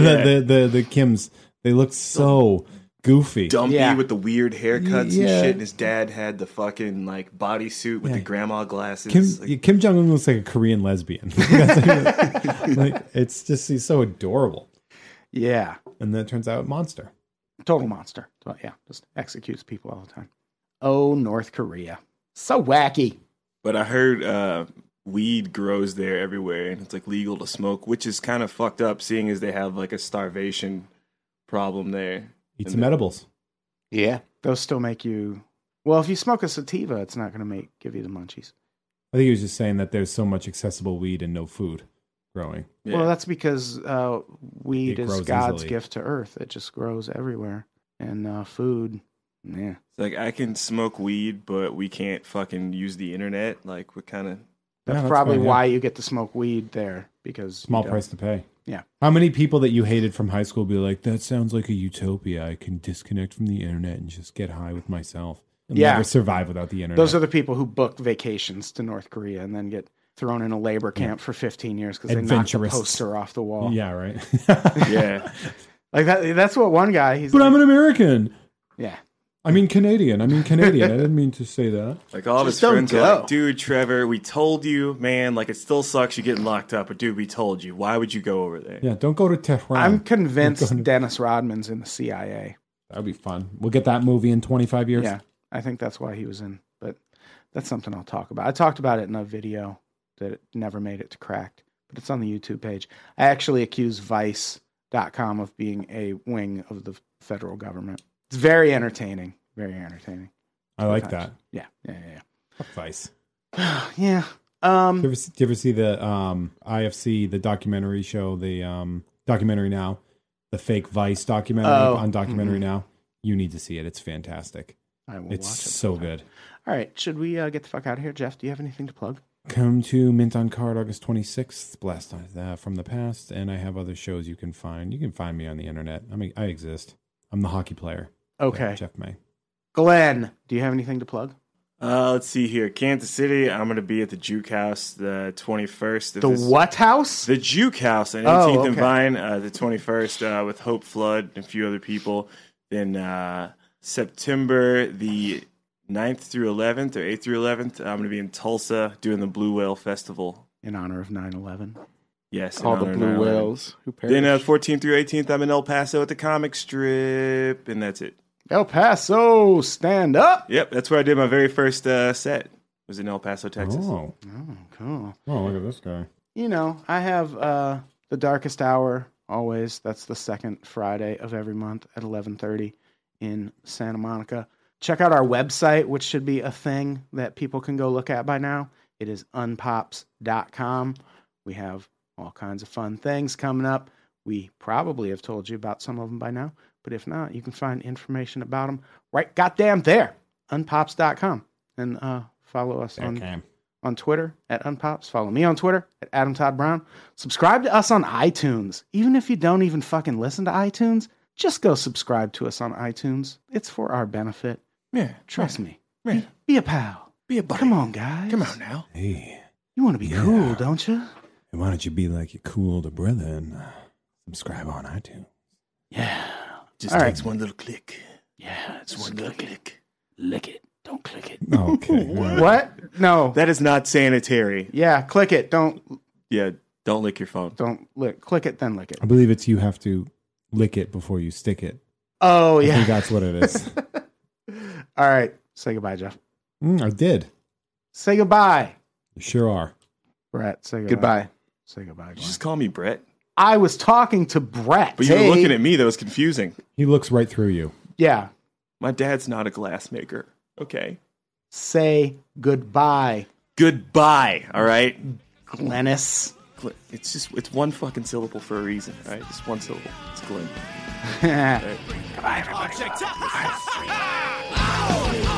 Speaker 4: the, the the Kims, they look so goofy.
Speaker 3: Dumpy with the weird haircuts and
Speaker 4: Yeah.
Speaker 3: shit, and his dad had the fucking like bodysuit with the grandma glasses.
Speaker 4: Kim
Speaker 3: Like,
Speaker 4: Kim Jong Un looks like a Korean lesbian. That's like- like, it's just he's so adorable,
Speaker 2: Yeah,
Speaker 4: and then it turns out monster.
Speaker 2: total monster. But yeah, just executes people all the time. Oh, North Korea, so wacky.
Speaker 3: But I heard uh, weed grows there everywhere, and it's like legal to smoke, which is kind of fucked up, seeing as they have like a starvation problem there.
Speaker 4: Eat
Speaker 3: And
Speaker 4: some
Speaker 3: they-
Speaker 4: edibles.
Speaker 6: Yeah,
Speaker 2: those still make you. Well, if you smoke a sativa, it's not going to make give you the munchies.
Speaker 4: I think he was just saying that there's so much accessible weed and no food growing.
Speaker 2: Well, that's because uh, weed
Speaker 4: It
Speaker 2: is
Speaker 4: grows
Speaker 2: God's
Speaker 4: easily.
Speaker 2: gift to Earth. It just grows everywhere, and uh, food. Yeah,
Speaker 3: It's like I can smoke weed, but we can't fucking use the internet. Like we're kind of
Speaker 2: that's,
Speaker 4: that's
Speaker 2: probably
Speaker 4: fine, yeah.
Speaker 2: why you get to smoke weed there because you
Speaker 4: Small
Speaker 2: don't-
Speaker 4: price to pay.
Speaker 2: Yeah.
Speaker 4: How many people that you hated from high school be like, "That sounds like a utopia. I can disconnect from the internet and just get high with myself and
Speaker 2: Yeah.
Speaker 4: never survive without the internet."
Speaker 2: Those are the people who book vacations to North Korea and then get thrown in a labor camp for 15 years because they knocked a
Speaker 4: Adventurists.
Speaker 2: poster off the wall.
Speaker 4: yeah, right.
Speaker 3: yeah.
Speaker 2: Like that. That's what one guy. He's
Speaker 4: but I'm an American.
Speaker 2: yeah.
Speaker 4: I mean Canadian. I mean Canadian. I didn't mean to say that.
Speaker 3: Like all of his
Speaker 4: Just don't
Speaker 3: friends are
Speaker 4: go.
Speaker 3: like, dude, Trevor, we told you, man. Like it still sucks you getting locked up, but dude, we told you. Why would you go over there?
Speaker 4: Yeah, don't go to Tehran.
Speaker 2: I'm convinced Dennis Rodman's in the CIA.
Speaker 4: That'd be fun. We'll get that movie in 25 years.
Speaker 2: Yeah, I think that's why he was in. But that's something I'll talk about. I talked about it in a video that it never made it to Cracked. but it's on the YouTube page. I actually accuse Vice.com of being a wing of the federal government. It's very entertaining. Very entertaining.
Speaker 4: I like
Speaker 2: Sometimes.
Speaker 4: that.
Speaker 2: Yeah, yeah, yeah. yeah.
Speaker 4: Vice.
Speaker 2: yeah. Um,
Speaker 4: do, you ever see, do you ever see the um, IFC, the documentary show, the um, documentary now, the fake Vice documentary
Speaker 12: Oh,
Speaker 4: on documentary
Speaker 12: mhm.
Speaker 2: mm-hmm.
Speaker 4: now? You need to see it. It's fantastic.
Speaker 12: I will
Speaker 4: it's
Speaker 12: watch it
Speaker 4: so good.
Speaker 2: All right, should we uh, get the fuck out of here, Jeff? Do you have anything to plug?
Speaker 4: Come to Mint on Card August 26th, Blast on uh, from the Past, and I have other shows you can find. You can find me on the internet. I mean, I exist. I'm the hockey player.
Speaker 2: Okay.
Speaker 4: Jeff May.
Speaker 2: Glenn, do you have anything to plug?
Speaker 3: Uh, let's see here. Kansas City, I'm going to be at the Juke House the 21st. If
Speaker 2: The
Speaker 3: this-
Speaker 2: what house?
Speaker 3: The Juke House on
Speaker 2: Oh,
Speaker 3: 18th and
Speaker 2: okay.
Speaker 3: Vine, uh, the 21st, uh, with Hope Flood and a few other people. Then uh, September the 9th through 11th or 8th through 11th, I'm going to be in Tulsa doing the Blue Whale Festival.
Speaker 2: In honor of 9 11.
Speaker 3: Yes, in
Speaker 12: All the
Speaker 3: honor of
Speaker 12: blue
Speaker 3: 9/11.
Speaker 12: whales who
Speaker 3: Then uh,
Speaker 12: perished.
Speaker 3: 14th through 18th, I'm in El Paso at the Comic Strip, and that's it.
Speaker 2: El Paso, stand up.
Speaker 3: Yep, that's where I did my very first uh, set. Was in El Paso, Texas.
Speaker 4: Oh.
Speaker 2: Oh, cool.
Speaker 4: Oh, look at this guy.
Speaker 2: You know, I have uh, the darkest hour always. That's the second Friday of every month at 11:30 in Santa Monica. Check out our website, which should be a thing that people can go look at by now. It is unpops.com. We have all kinds of fun things coming up. We probably have told you about some of them by now, but if not, you can find information about them right goddamn there, unpops.com. And uh, follow us on on Twitter at Unpops. Follow me on Twitter at Adam Todd Brown. Subscribe to us on iTunes. Even if you don't even fucking listen to iTunes, just go subscribe to us on iTunes. It's for our benefit.
Speaker 3: Yeah,
Speaker 2: Trust me.
Speaker 3: Yeah.
Speaker 2: Be a pal.
Speaker 3: Be a buddy.
Speaker 2: Come on, guys. Come on
Speaker 3: now.
Speaker 4: Hey,
Speaker 2: You want to be cool, don't you?
Speaker 4: why don't you be like your cool older brother and uh, subscribe on iTunes?
Speaker 3: Just
Speaker 2: All right.
Speaker 3: takes one little click.
Speaker 2: Yeah,
Speaker 3: it's one little click.
Speaker 2: Lick it. Don't click it.
Speaker 4: Okay.
Speaker 2: What? No.
Speaker 3: That is not sanitary.
Speaker 2: Yeah, click it. Don't
Speaker 3: Yeah, don't lick your phone.
Speaker 2: don't lick. Click it, then lick it.
Speaker 4: I believe it's you have to lick it before you stick it.
Speaker 2: Oh
Speaker 4: I
Speaker 2: yeah.
Speaker 4: think that's what it is.
Speaker 2: All right. Say goodbye, Jeff.
Speaker 4: Mm, I did.
Speaker 2: Say goodbye,
Speaker 4: You sure are.
Speaker 2: Brett. Say goodbye.
Speaker 12: Goodbye.
Speaker 2: Say goodbye.
Speaker 3: You just call me Brett.
Speaker 2: I was talking to Brett.
Speaker 3: But you
Speaker 2: Hey.
Speaker 3: were looking at me. That was confusing.
Speaker 4: He looks right through you.
Speaker 2: Yeah.
Speaker 3: My dad's not a glass maker. Okay.
Speaker 2: Say goodbye,
Speaker 3: Goodbye. All right.
Speaker 2: Glennis.
Speaker 3: Gl- It's just it's one fucking syllable for a reason. All right. Just one syllable. It's Glenn.
Speaker 2: goodbye, everybody.
Speaker 10: Object.